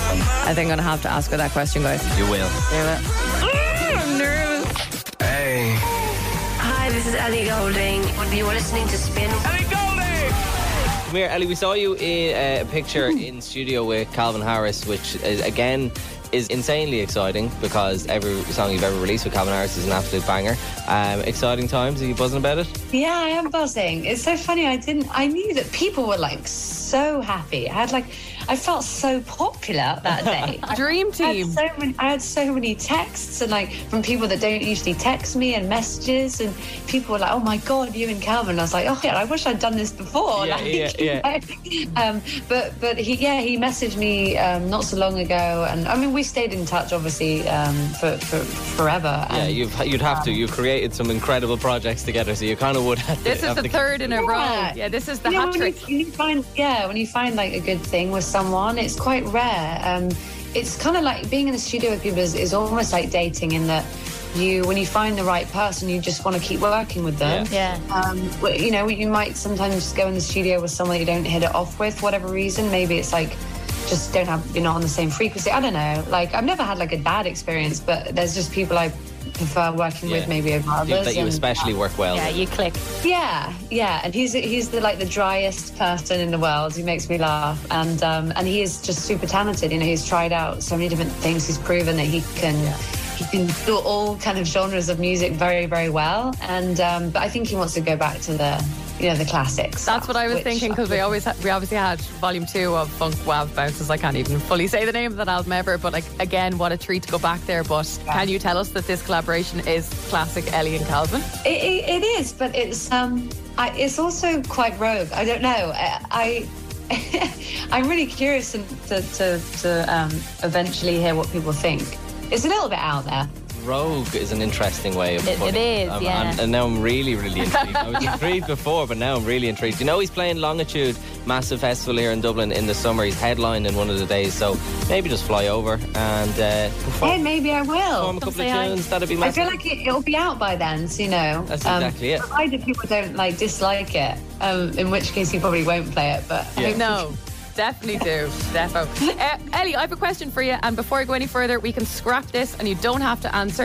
[SPEAKER 4] I think I'm going to have to ask her that question, guys. Ah,
[SPEAKER 3] You will.
[SPEAKER 4] I'm nervous.
[SPEAKER 2] Hey. Hi, this is Ellie Golding. You are listening to Spin. Ellie Golding!
[SPEAKER 15] Come here, Ellie. We saw you in uh, a picture
[SPEAKER 4] Hmm.
[SPEAKER 15] in studio with Calvin Harris, which is, again is insanely exciting because every song you've ever released with Calvin Harris is an absolute banger. Um, exciting times. Are you buzzing about it?
[SPEAKER 14] Yeah, I am buzzing. It's so funny. I didn't. I knew that people were like so happy. I had like, I felt so popular that day.
[SPEAKER 4] Dream team.
[SPEAKER 14] I had, so many, I had so many texts and like from people that don't usually text me and messages and people were like, "Oh my god, you and Calvin." And I was like, "Oh yeah, I wish I'd done this before."
[SPEAKER 15] Yeah,
[SPEAKER 14] like,
[SPEAKER 15] yeah,
[SPEAKER 14] yeah. <laughs> um, but but he yeah he messaged me um, not so long ago and I mean we stayed in touch obviously um, for, for forever.
[SPEAKER 4] Um,
[SPEAKER 15] Yeah, you've, you'd have to. You've created some incredible projects together, so you kind of would have to.
[SPEAKER 4] This is
[SPEAKER 15] have
[SPEAKER 4] the
[SPEAKER 15] to-
[SPEAKER 4] third in a row. Yeah, this is the
[SPEAKER 14] You know,
[SPEAKER 4] hat
[SPEAKER 14] when you-
[SPEAKER 4] trick.
[SPEAKER 14] when you find- yeah, when you find like a good thing with someone, it's quite rare. Um, it's kind of like being in the studio with people is, is almost like dating in that you, when you find the right person, you just want to keep working with them.
[SPEAKER 5] Yeah.
[SPEAKER 14] Um, well, you know, you might sometimes go in the studio with someone you don't hit it off with, for whatever reason. Maybe it's like just don't have you're not on the same frequency. I don't know. Like I've never had like a bad experience, but there's just people I prefer working
[SPEAKER 15] Yeah.
[SPEAKER 14] with maybe over
[SPEAKER 15] People
[SPEAKER 14] others.
[SPEAKER 15] that you
[SPEAKER 14] and-
[SPEAKER 15] especially work well with.
[SPEAKER 5] you click.
[SPEAKER 14] yeah, yeah, and he's he's the like the driest person in the world. He makes me laugh, and um, and he is just super talented. You know, he's tried out so many different things. He's proven that he can he can do all kind of genres of music very very well. And um, but I think he wants to go back to the you know the classics.
[SPEAKER 4] That's what I was thinking because we always ha- we obviously had volume two of Funk Wav Bounces. I can't even fully say the name of that album ever, but like again, what a treat to go back there. But can you tell us that this collaboration is classic Ellie and Calvin?
[SPEAKER 14] It, it, it is, but it's um, I, it's also quite rogue. I don't know. I, I <laughs> I'm really curious and to to, to um, eventually hear what people think. It's a little bit out there.
[SPEAKER 15] Rogue is an interesting way of
[SPEAKER 14] It-
[SPEAKER 15] putting
[SPEAKER 14] it is,
[SPEAKER 15] I'm-
[SPEAKER 14] yeah.
[SPEAKER 15] I'm- and now I'm really, really intrigued. I was intrigued before, but now I'm really intrigued. You know, he's playing Longitude, massive festival here in Dublin in the summer. He's headlined in one of the days, so maybe just fly over and uh, perform.
[SPEAKER 14] Hey, maybe I will.
[SPEAKER 15] Perform a couple of tunes, that'd be
[SPEAKER 14] I
[SPEAKER 15] massive.
[SPEAKER 14] feel like it, it'll be out by then, so you know. Um,
[SPEAKER 15] That's exactly it.
[SPEAKER 14] Provided people don't like dislike it, um, in which case you probably won't play it. But I hope-
[SPEAKER 4] No. Definitely do. Defo. Uh, Ellie, I have a question for you. And before I go any further, we can scrap this and you don't have to answer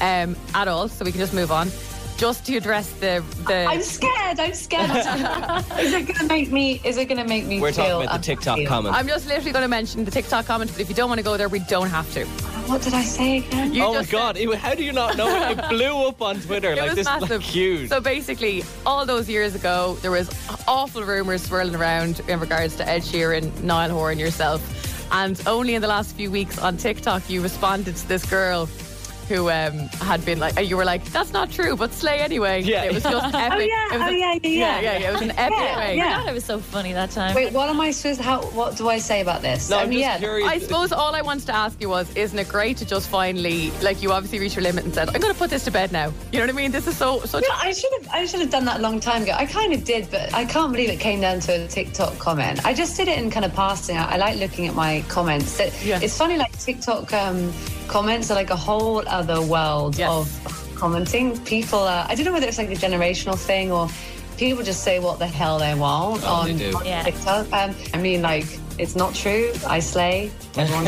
[SPEAKER 4] um, at all. So we can just move on. Just to address the. the
[SPEAKER 14] I'm scared. I'm scared.
[SPEAKER 15] <laughs>
[SPEAKER 14] is it gonna make me? Is it gonna make me?
[SPEAKER 15] We're talking
[SPEAKER 14] feel
[SPEAKER 15] about the TikTok
[SPEAKER 14] unhappy?
[SPEAKER 15] comment.
[SPEAKER 4] I'm just literally going to mention the TikTok comment, but if you don't want to go there, we don't have to.
[SPEAKER 14] What did I say again?
[SPEAKER 4] You
[SPEAKER 15] oh my
[SPEAKER 4] just
[SPEAKER 15] god, it- how do you not know it? It blew up on Twitter.
[SPEAKER 4] It
[SPEAKER 15] like
[SPEAKER 4] was
[SPEAKER 15] this is like
[SPEAKER 4] massive.
[SPEAKER 15] huge.
[SPEAKER 4] So basically, all those years ago, there was awful rumors swirling around in regards to Ed Sheeran, Niall Horan, yourself, and only in the last few weeks on TikTok, you responded to this girl who um, had been like, you were like, that's not true, but slay anyway.
[SPEAKER 5] Yeah.
[SPEAKER 4] It was just
[SPEAKER 5] <laughs> Oh,
[SPEAKER 4] epic.
[SPEAKER 5] yeah,
[SPEAKER 4] It was
[SPEAKER 5] oh,
[SPEAKER 4] a-
[SPEAKER 5] yeah, yeah, yeah.
[SPEAKER 4] yeah, yeah, yeah. It was an epic
[SPEAKER 5] <laughs> Yeah,
[SPEAKER 4] way.
[SPEAKER 5] yeah. I thought it was so funny that time.
[SPEAKER 14] Wait, what am I supposed? How? What do I say about this? I mean, yeah.
[SPEAKER 4] I suppose all I wanted to ask you was, isn't it great to just finally, like, you obviously reached your limit and said, I'm going to put this to bed now. You know what I mean? This is so, so.
[SPEAKER 14] Yeah, I should have. I should have done that a long time ago. I kind of did, but I can't believe it came down to a TikTok comment. I just did it in kind of passing. I, I like looking at my comments. It- It's funny, like TikTok um, comments are like a whole other world of commenting. People are. I don't know whether it's like a generational thing or people just say what the hell they want
[SPEAKER 15] Oh,
[SPEAKER 14] on,
[SPEAKER 15] they do.
[SPEAKER 14] on
[SPEAKER 15] Yeah.
[SPEAKER 14] TikTok. Um, I mean, like it's not true. I slay. Everyone's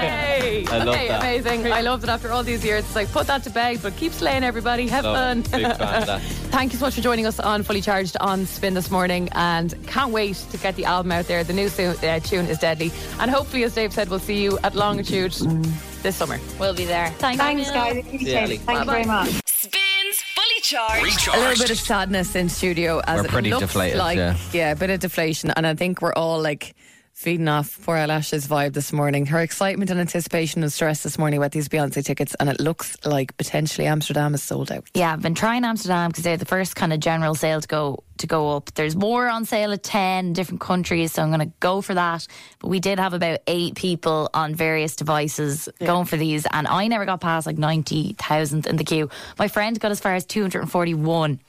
[SPEAKER 4] Yay!
[SPEAKER 14] I love
[SPEAKER 4] okay,
[SPEAKER 14] that.
[SPEAKER 4] amazing. I love that after all these years, it's like, put that to bed, but keep slaying everybody. Have
[SPEAKER 15] Love it.
[SPEAKER 4] fun. <laughs>
[SPEAKER 15] Big fan of that.
[SPEAKER 4] Thank you so much for joining us on Fully Charged on Spin this morning and can't wait to get the album out there. The new su- uh, tune is deadly. And hopefully, as Dave said, we'll see you at Longitude this summer.
[SPEAKER 5] We'll be there. Thanks,
[SPEAKER 14] Thanks, guys. Appreciate
[SPEAKER 4] See you,
[SPEAKER 14] it.
[SPEAKER 4] Ali.
[SPEAKER 14] Thank you
[SPEAKER 4] Bye-bye.
[SPEAKER 14] very much.
[SPEAKER 7] Spins fully charged.
[SPEAKER 4] A little bit of sadness in studio as
[SPEAKER 3] We're
[SPEAKER 4] it
[SPEAKER 3] pretty
[SPEAKER 4] looks
[SPEAKER 3] deflated,
[SPEAKER 4] like
[SPEAKER 3] yeah.
[SPEAKER 4] a bit of deflation, and I think we're all like feeding off poor Alash's vibe this morning. Her excitement and anticipation and stress this morning about these Beyonce tickets, and it looks like potentially Amsterdam is sold out.
[SPEAKER 5] Yeah, I've been trying Amsterdam because they're the first kind of general sale to go to go up. There's more on sale at ten different countries, so I'm going to go for that. But we did have about eight people on various devices going for these, and I never got past like ninety thousandth in the queue. My friend got as far as two hundred and forty-one,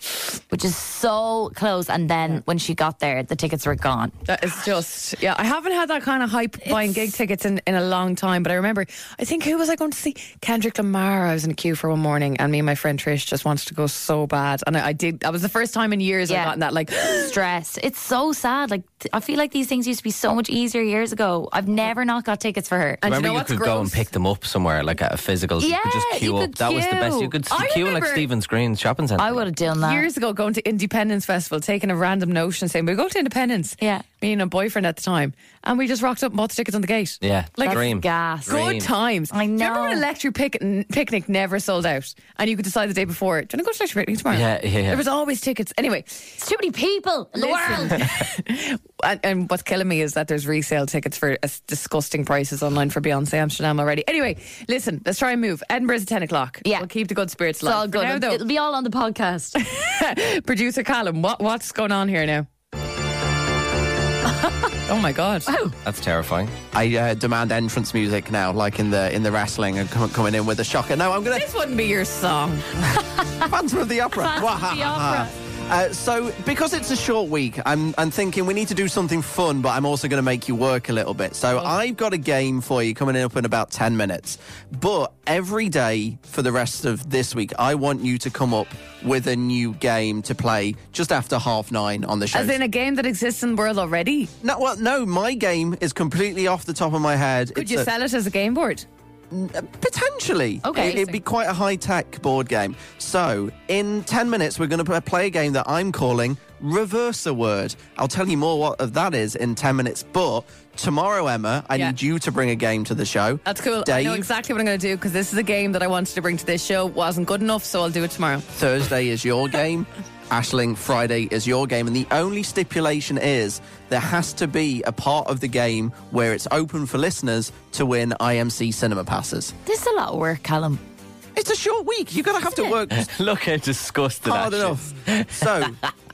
[SPEAKER 5] which is so close. And then when she got there, the tickets were gone.
[SPEAKER 4] That is just, yeah, I haven't had that kind of hype buying gig tickets in, in a long time, but I remember, I think, who was I going to see? Kendrick Lamar. I was in a queue for one morning, and me and my friend Trish just wanted to go so bad. And I, I did, that was the first time in years I
[SPEAKER 5] Yeah.
[SPEAKER 4] got in <gasps> that, like,
[SPEAKER 5] stress. It's so sad. Like th- I feel like these things used to be so much easier years ago. I've never not got tickets for her.
[SPEAKER 3] remember, you, could go and pick them up somewhere, like at a physical. you could just
[SPEAKER 5] Yeah,
[SPEAKER 3] queue
[SPEAKER 5] you
[SPEAKER 3] up.
[SPEAKER 5] could
[SPEAKER 3] That was the best.
[SPEAKER 5] queue.
[SPEAKER 3] You could
[SPEAKER 5] I
[SPEAKER 3] queue like
[SPEAKER 5] remember-
[SPEAKER 3] Stephen's Green shopping centre.
[SPEAKER 5] would have done that.
[SPEAKER 4] Years ago, going to Independence Festival, taking a random notion, saying we go to Independence. Yeah, me and a boyfriend at the time, and we just rocked up and bought the tickets on the gate.
[SPEAKER 3] Yeah,
[SPEAKER 4] like
[SPEAKER 3] dream.
[SPEAKER 5] gas.
[SPEAKER 4] Good
[SPEAKER 3] Dream.
[SPEAKER 4] times. I know. Do you remember when Electric Pic- Picnic never sold out, and you could decide the day before, do you want to go to Electric Picnic tomorrow?
[SPEAKER 3] Yeah, yeah, yeah.
[SPEAKER 4] There was always tickets. Anyway,
[SPEAKER 5] it's too many people in the
[SPEAKER 4] <laughs>
[SPEAKER 5] world.
[SPEAKER 4] and, and what's killing me is that there's resale tickets for uh, disgusting prices online for Beyonce Amsterdam already. Anyway, listen, let's try and move. Edinburgh's at ten o'clock. Yeah, we'll keep the good spirits
[SPEAKER 5] It's
[SPEAKER 4] alive.
[SPEAKER 5] all
[SPEAKER 4] For
[SPEAKER 5] good.
[SPEAKER 4] now, though.
[SPEAKER 5] It'll be all on the podcast.
[SPEAKER 4] Producer Callum, what what's going on here <laughs> now? oh my god!
[SPEAKER 3] That's terrifying.
[SPEAKER 6] I uh, demand entrance music now, like in the in the wrestling and com- coming in with a shocker. No, I'm gonna.
[SPEAKER 4] This wouldn't be your song.
[SPEAKER 6] Phantom of the Opera.
[SPEAKER 4] Phantom of the Opera.
[SPEAKER 6] Uh, so, because it's a short week, I'm, I'm thinking we need to do something fun, but I'm also going to make you work a little bit. So, I've got a game for you coming up in about 10 minutes. But every day for the rest of this week, I want you to come up with a new game to play just after half nine on the show.
[SPEAKER 4] As in a game that exists in the world already.
[SPEAKER 6] no, well, no, my game is completely off the top of my head.
[SPEAKER 4] Could you
[SPEAKER 6] a-
[SPEAKER 4] sell it as a game board?
[SPEAKER 6] Potentially.
[SPEAKER 4] Okay.
[SPEAKER 6] It, would be quite a high tech board game. So, in 10 minutes, we're going to play a game that I'm calling Reverse a Word. I'll tell you more what of that is in 10 minutes. But tomorrow, Emma, I
[SPEAKER 4] Yeah.
[SPEAKER 6] need you to bring a game to the show.
[SPEAKER 4] That's cool. I
[SPEAKER 6] Dave,
[SPEAKER 4] know exactly what I'm going to do because this is a game that I wanted to bring to this show. Wasn't good enough, so I'll do it tomorrow.
[SPEAKER 6] Thursday is your
[SPEAKER 4] <laughs>
[SPEAKER 6] game. Ashling, Friday is your game. And the only stipulation is there has to be a part of the game where it's open for listeners to win IMC cinema passes.
[SPEAKER 5] this is a lot of work, Callum.
[SPEAKER 6] It's a short week. You're going to have to work
[SPEAKER 3] Look how disgusted.
[SPEAKER 6] Hard
[SPEAKER 3] that shit.
[SPEAKER 6] enough. So,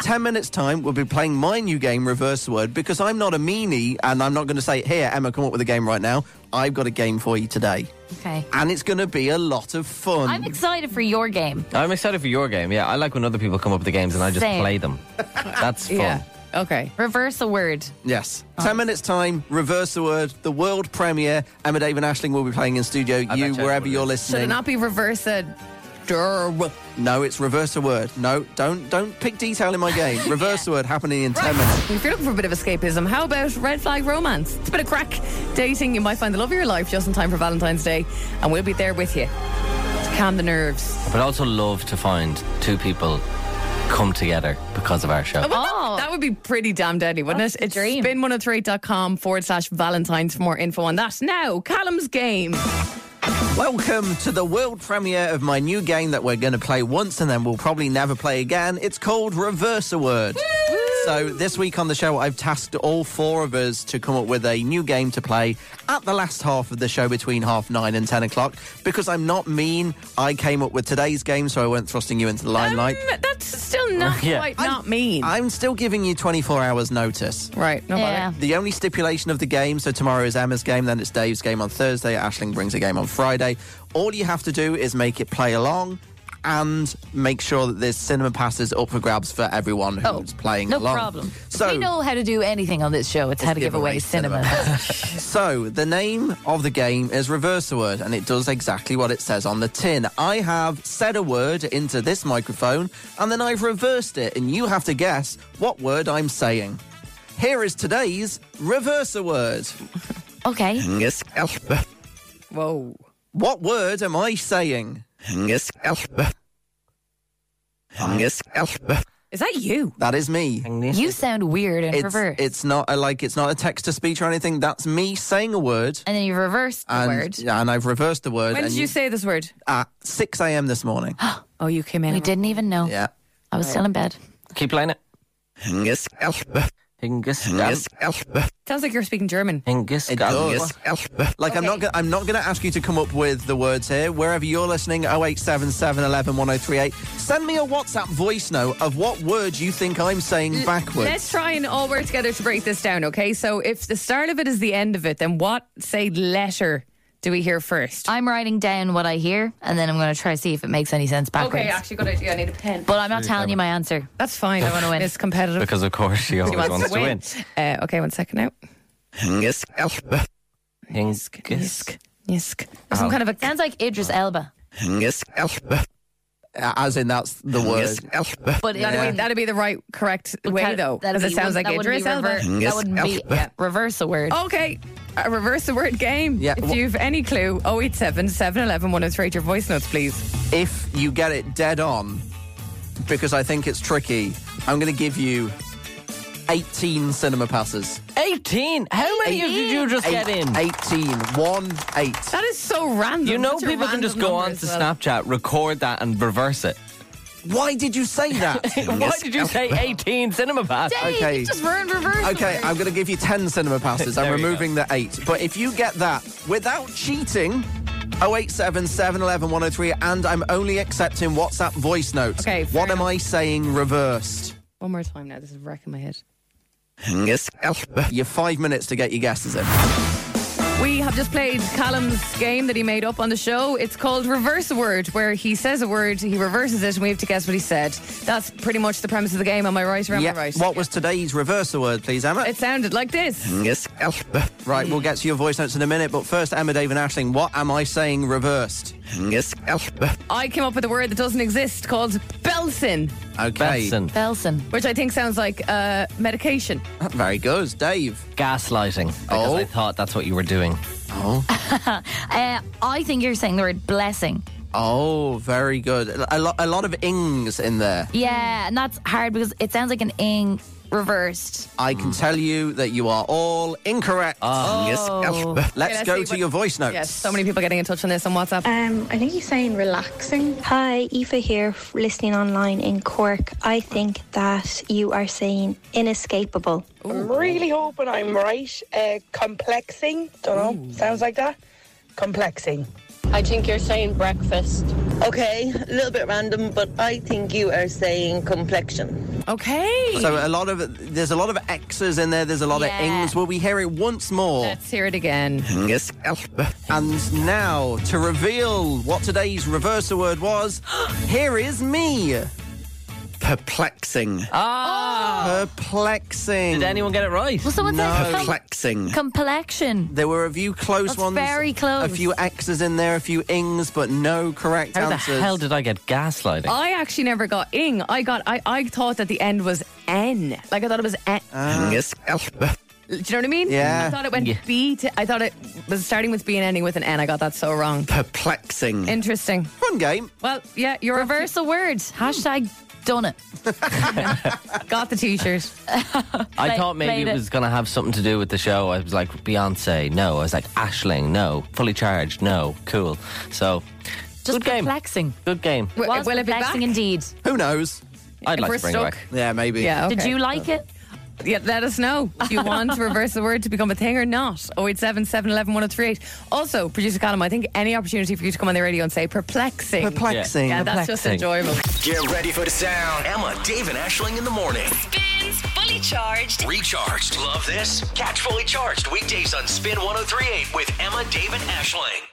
[SPEAKER 6] 10 minutes' time, we'll be playing my new game, Reverse Word, because I'm not a meanie and I'm not going to say, here, Emma, come up with a game right now. I've got a game for you today.
[SPEAKER 5] Okay.
[SPEAKER 6] And it's going to be a lot of fun.
[SPEAKER 5] I'm excited for your game.
[SPEAKER 3] I'm excited for your game. Yeah, I like when other people come up with the games and I just
[SPEAKER 5] Same.
[SPEAKER 3] play them. That's fun.
[SPEAKER 4] Okay.
[SPEAKER 5] Reverse a word.
[SPEAKER 6] Yes. 10 minutes' time, Reverse the Word, the world premiere. Emma, Dave, and Ashling will be playing in studio. you, wherever you're
[SPEAKER 4] Should it
[SPEAKER 6] listening.
[SPEAKER 4] not be reverse a derb?
[SPEAKER 6] No, it's Reverse the Word. No, don't don't pick detail in my game. Reverse the Word happening in 10 minutes.
[SPEAKER 4] If you're looking for a bit of escapism, how about red flag romance? It's a bit of crack dating. You might find the love of your life just in time for Valentine's Day, and we'll be there with you to calm the nerves.
[SPEAKER 3] But I also love to find two people come together because of our show.
[SPEAKER 4] Oh, well, that- that, would be pretty damn deadly, wouldn't it? It's spin103.com forward slash Valentine's for more info on that. Now, Callum's game.
[SPEAKER 6] Welcome to the world premiere of my new game that we're going to play once and then we'll probably never play again. It's called Reverse a Word. So this week on the show, I've tasked all four of us to come up with a new game to play at the last half of the show between half nine and ten o'clock. Because I'm not mean, I came up with today's game, so I weren't thrusting you into the limelight.
[SPEAKER 4] Um, That's still <laughs> not quite not mean.
[SPEAKER 6] I'm still giving you 24 hours notice.
[SPEAKER 4] Right, no bother. Yeah.
[SPEAKER 6] The only stipulation of the game, so tomorrow is Emma's game, then it's Dave's game on Thursday, Ashling brings a game on Friday. All you have to do is make it play along and make sure that there's cinema passes up for grabs for everyone who's playing
[SPEAKER 5] no
[SPEAKER 6] along.
[SPEAKER 5] problem.
[SPEAKER 6] So
[SPEAKER 5] we know how to do anything on this show. It's how to give away cinema.
[SPEAKER 6] <laughs> so the name of the game is reverse a word and it does exactly what it says on the tin i have said a word into this microphone and then i've reversed it and you have to guess what word i'm saying here is today's reverse a word
[SPEAKER 5] okay
[SPEAKER 6] Mm-hmm.
[SPEAKER 4] whoa
[SPEAKER 6] what word am i saying
[SPEAKER 4] Is that you?
[SPEAKER 6] That is me.
[SPEAKER 5] You sound weird and
[SPEAKER 6] it's,
[SPEAKER 5] reverse.
[SPEAKER 6] It's not a, like it's not a text to speech or anything. That's me saying a word,
[SPEAKER 5] and then you reverse the
[SPEAKER 6] and
[SPEAKER 5] word.
[SPEAKER 6] and I've reversed the word.
[SPEAKER 4] When
[SPEAKER 6] and
[SPEAKER 4] did you say this word?
[SPEAKER 6] At six a.m. this
[SPEAKER 4] <gasps>
[SPEAKER 6] morning.
[SPEAKER 4] Oh, you came in.
[SPEAKER 5] We didn't even know.
[SPEAKER 6] Yeah.
[SPEAKER 5] I was still in bed.
[SPEAKER 3] Keep playing it. Hingeskelbe.
[SPEAKER 4] Sounds like you're speaking German.
[SPEAKER 6] It does. Like I'm not. Gonna, I'm not going to ask you to come up with the words here. Wherever you're listening, 0877 11 1038. Send me a WhatsApp voice note of what word you think I'm saying backwards.
[SPEAKER 4] Let's try and all work together to break this down, okay? So if the start of it is the end of it, then what, say, letter do we hear first?
[SPEAKER 5] I'm writing down what I hear, and then I'm going to try to see if it makes any sense backwards.
[SPEAKER 4] Okay, actually, good idea. I need a pen.
[SPEAKER 5] But I'm not telling you my answer.
[SPEAKER 4] That's fine. I want to win. It's competitive.
[SPEAKER 3] Because of course she always
[SPEAKER 4] wants
[SPEAKER 3] wants
[SPEAKER 4] to
[SPEAKER 3] to win.
[SPEAKER 4] Uh, okay, one second now.
[SPEAKER 3] Hingeskelbe. Hingeskelbe.
[SPEAKER 4] Yisk. Some
[SPEAKER 5] kind of a sounds like Idris Elba,
[SPEAKER 6] Hingeskelbe. As in, that's the word.
[SPEAKER 5] but
[SPEAKER 4] That'd, be, that'd be the right, correct way, though.
[SPEAKER 5] That'd
[SPEAKER 4] Because it
[SPEAKER 5] be-
[SPEAKER 4] sounds like
[SPEAKER 5] that would be
[SPEAKER 4] Idris Elba.
[SPEAKER 5] rever- That would be
[SPEAKER 6] Hingeskelbe.
[SPEAKER 5] yeah, reverse a word.
[SPEAKER 4] Okay. A reverse the word game.
[SPEAKER 6] Yeah,
[SPEAKER 4] If
[SPEAKER 6] wha-
[SPEAKER 4] you've any clue, 087 711 1038 your voice notes, please.
[SPEAKER 6] If you get it dead on, because I think it's tricky, I'm going to give you 18 cinema passes.
[SPEAKER 3] 18. How many of did you just
[SPEAKER 6] Eight-
[SPEAKER 3] get in?
[SPEAKER 6] 18. One, eight.
[SPEAKER 4] That is so random.
[SPEAKER 3] You know
[SPEAKER 4] Such a
[SPEAKER 3] people can just
[SPEAKER 4] random
[SPEAKER 3] go
[SPEAKER 4] number
[SPEAKER 3] on
[SPEAKER 4] as
[SPEAKER 3] to
[SPEAKER 4] well.
[SPEAKER 3] Snapchat, record that, and reverse it. <laughs>
[SPEAKER 6] Why did you say that?
[SPEAKER 3] Why did
[SPEAKER 4] Oh.
[SPEAKER 3] you say 18 cinema pass?
[SPEAKER 6] Okay.
[SPEAKER 5] ruined reverse.
[SPEAKER 6] Okay, I'm going to give you 10 cinema passes. I'm
[SPEAKER 3] <laughs> There we go.
[SPEAKER 6] removing the 8. But if you get that without cheating, 087 711 103, and I'm only accepting WhatsApp voice notes.
[SPEAKER 4] Okay, fair
[SPEAKER 6] What am I saying reversed?
[SPEAKER 4] One more time now. This is wrecking my head.
[SPEAKER 6] you have five minutes to get your guesses in.
[SPEAKER 4] We have just played Callum's game that he made up on the show. It's called Reverse a Word, where he says a word, he reverses it, and we have to guess what he said. That's pretty much the premise of the game. Am I right or am I right?
[SPEAKER 6] What was today's reversal word, please, Emma?
[SPEAKER 4] It sounded like this.
[SPEAKER 6] Right, we'll get to your voice notes in a minute, but first, Emma, Dave, and Ashling, what am I saying reversed?
[SPEAKER 4] I came up with a word that doesn't exist called Belsin,
[SPEAKER 6] Okay.
[SPEAKER 3] Benson.
[SPEAKER 5] Belson.
[SPEAKER 4] which I think sounds like uh, medication.
[SPEAKER 6] Very good. Dave.
[SPEAKER 3] Gaslighting. Because
[SPEAKER 6] Oh.
[SPEAKER 3] I thought that's what you were doing.
[SPEAKER 6] Oh.
[SPEAKER 5] Uh, I think you're saying the word blessing.
[SPEAKER 6] Oh, very good. A, lo- a lot of ings in there.
[SPEAKER 5] Yeah, and that's hard because it sounds like an ing reversed.
[SPEAKER 6] I can tell you that you are all incorrect. <laughs>
[SPEAKER 5] Oh.
[SPEAKER 6] Let's,
[SPEAKER 4] let's
[SPEAKER 6] go
[SPEAKER 4] see
[SPEAKER 6] to
[SPEAKER 4] what-
[SPEAKER 6] your voice notes.
[SPEAKER 4] Yes, so many people getting in touch on this on WhatsApp.
[SPEAKER 16] Um, I think he's saying relaxing. Hi, Aoife here, f- listening online in Cork. I think that you are saying inescapable.
[SPEAKER 9] I'm really hoping I'm right. Uh, complexing. Don't know. Sounds like that. Complexing.
[SPEAKER 13] I think you're saying breakfast.
[SPEAKER 17] Okay, a little bit random, but I think you are saying complexion.
[SPEAKER 4] Okay.
[SPEAKER 6] So a lot of there's a lot of X's in there. There's a lot
[SPEAKER 4] Yeah.
[SPEAKER 6] of ings. Will we hear it once more?
[SPEAKER 4] Let's hear it again.
[SPEAKER 6] Mm-hmm. And now to reveal what today's reverser word
[SPEAKER 4] <gasps>
[SPEAKER 6] was, here is me. Perplexing. Ah. Perplexing.
[SPEAKER 3] Did anyone get it right?
[SPEAKER 5] Well, someone said com-
[SPEAKER 6] Perplexing.
[SPEAKER 5] complexion.
[SPEAKER 6] There were a few close
[SPEAKER 5] That's
[SPEAKER 6] ones.
[SPEAKER 5] very close.
[SPEAKER 6] A few X's in there, a few ings, but no correct
[SPEAKER 3] How the
[SPEAKER 6] answers.
[SPEAKER 3] hell did I get gaslighting?
[SPEAKER 4] I actually never got ing. I got I, I thought that the end was n. Like I thought it was n. Do you know what I mean?
[SPEAKER 6] Yeah.
[SPEAKER 4] I thought it went B to I thought it was starting with B and ending with an N. I got that so wrong.
[SPEAKER 6] Perplexing.
[SPEAKER 4] Interesting.
[SPEAKER 6] Fun game.
[SPEAKER 4] Well, yeah, you're
[SPEAKER 5] Reverse a word. Hashtag done it.
[SPEAKER 4] got the t-shirt.
[SPEAKER 3] I
[SPEAKER 5] Play-
[SPEAKER 3] thought
[SPEAKER 5] played
[SPEAKER 3] maybe it
[SPEAKER 5] it.
[SPEAKER 3] was going to have something to do with the show. I was like, Beyonce, no. I was like, Ashling, no. Fully charged, no. Cool. So,
[SPEAKER 5] Just
[SPEAKER 3] good game.
[SPEAKER 5] perplexing.
[SPEAKER 3] Good game.
[SPEAKER 4] W-
[SPEAKER 5] Was
[SPEAKER 4] will it be <laughs>
[SPEAKER 5] perplexing
[SPEAKER 4] back?
[SPEAKER 5] indeed.
[SPEAKER 6] Who knows?
[SPEAKER 18] I'd
[SPEAKER 4] If
[SPEAKER 18] like
[SPEAKER 4] we're
[SPEAKER 18] to bring
[SPEAKER 4] stuck.
[SPEAKER 18] it back.
[SPEAKER 3] Yeah, maybe.
[SPEAKER 4] Yeah.
[SPEAKER 5] Did you like it?
[SPEAKER 4] Yeah, let us know. Do you want to reverse the word to become a thing or not? 087 711 1038. Also, producer Callum, I think any opportunity for you to come on the radio and say perplexing.
[SPEAKER 3] Perplexing.
[SPEAKER 4] Yeah, that's just
[SPEAKER 3] Perplexing.
[SPEAKER 4] enjoyable.
[SPEAKER 6] Get ready for the sound. Emma, Dave, and Ashling in the morning.
[SPEAKER 2] Spins fully charged.
[SPEAKER 6] oh Recharged. Love this? Catch fully charged weekdays on Spin 1038 with Emma, Dave, and Ashling.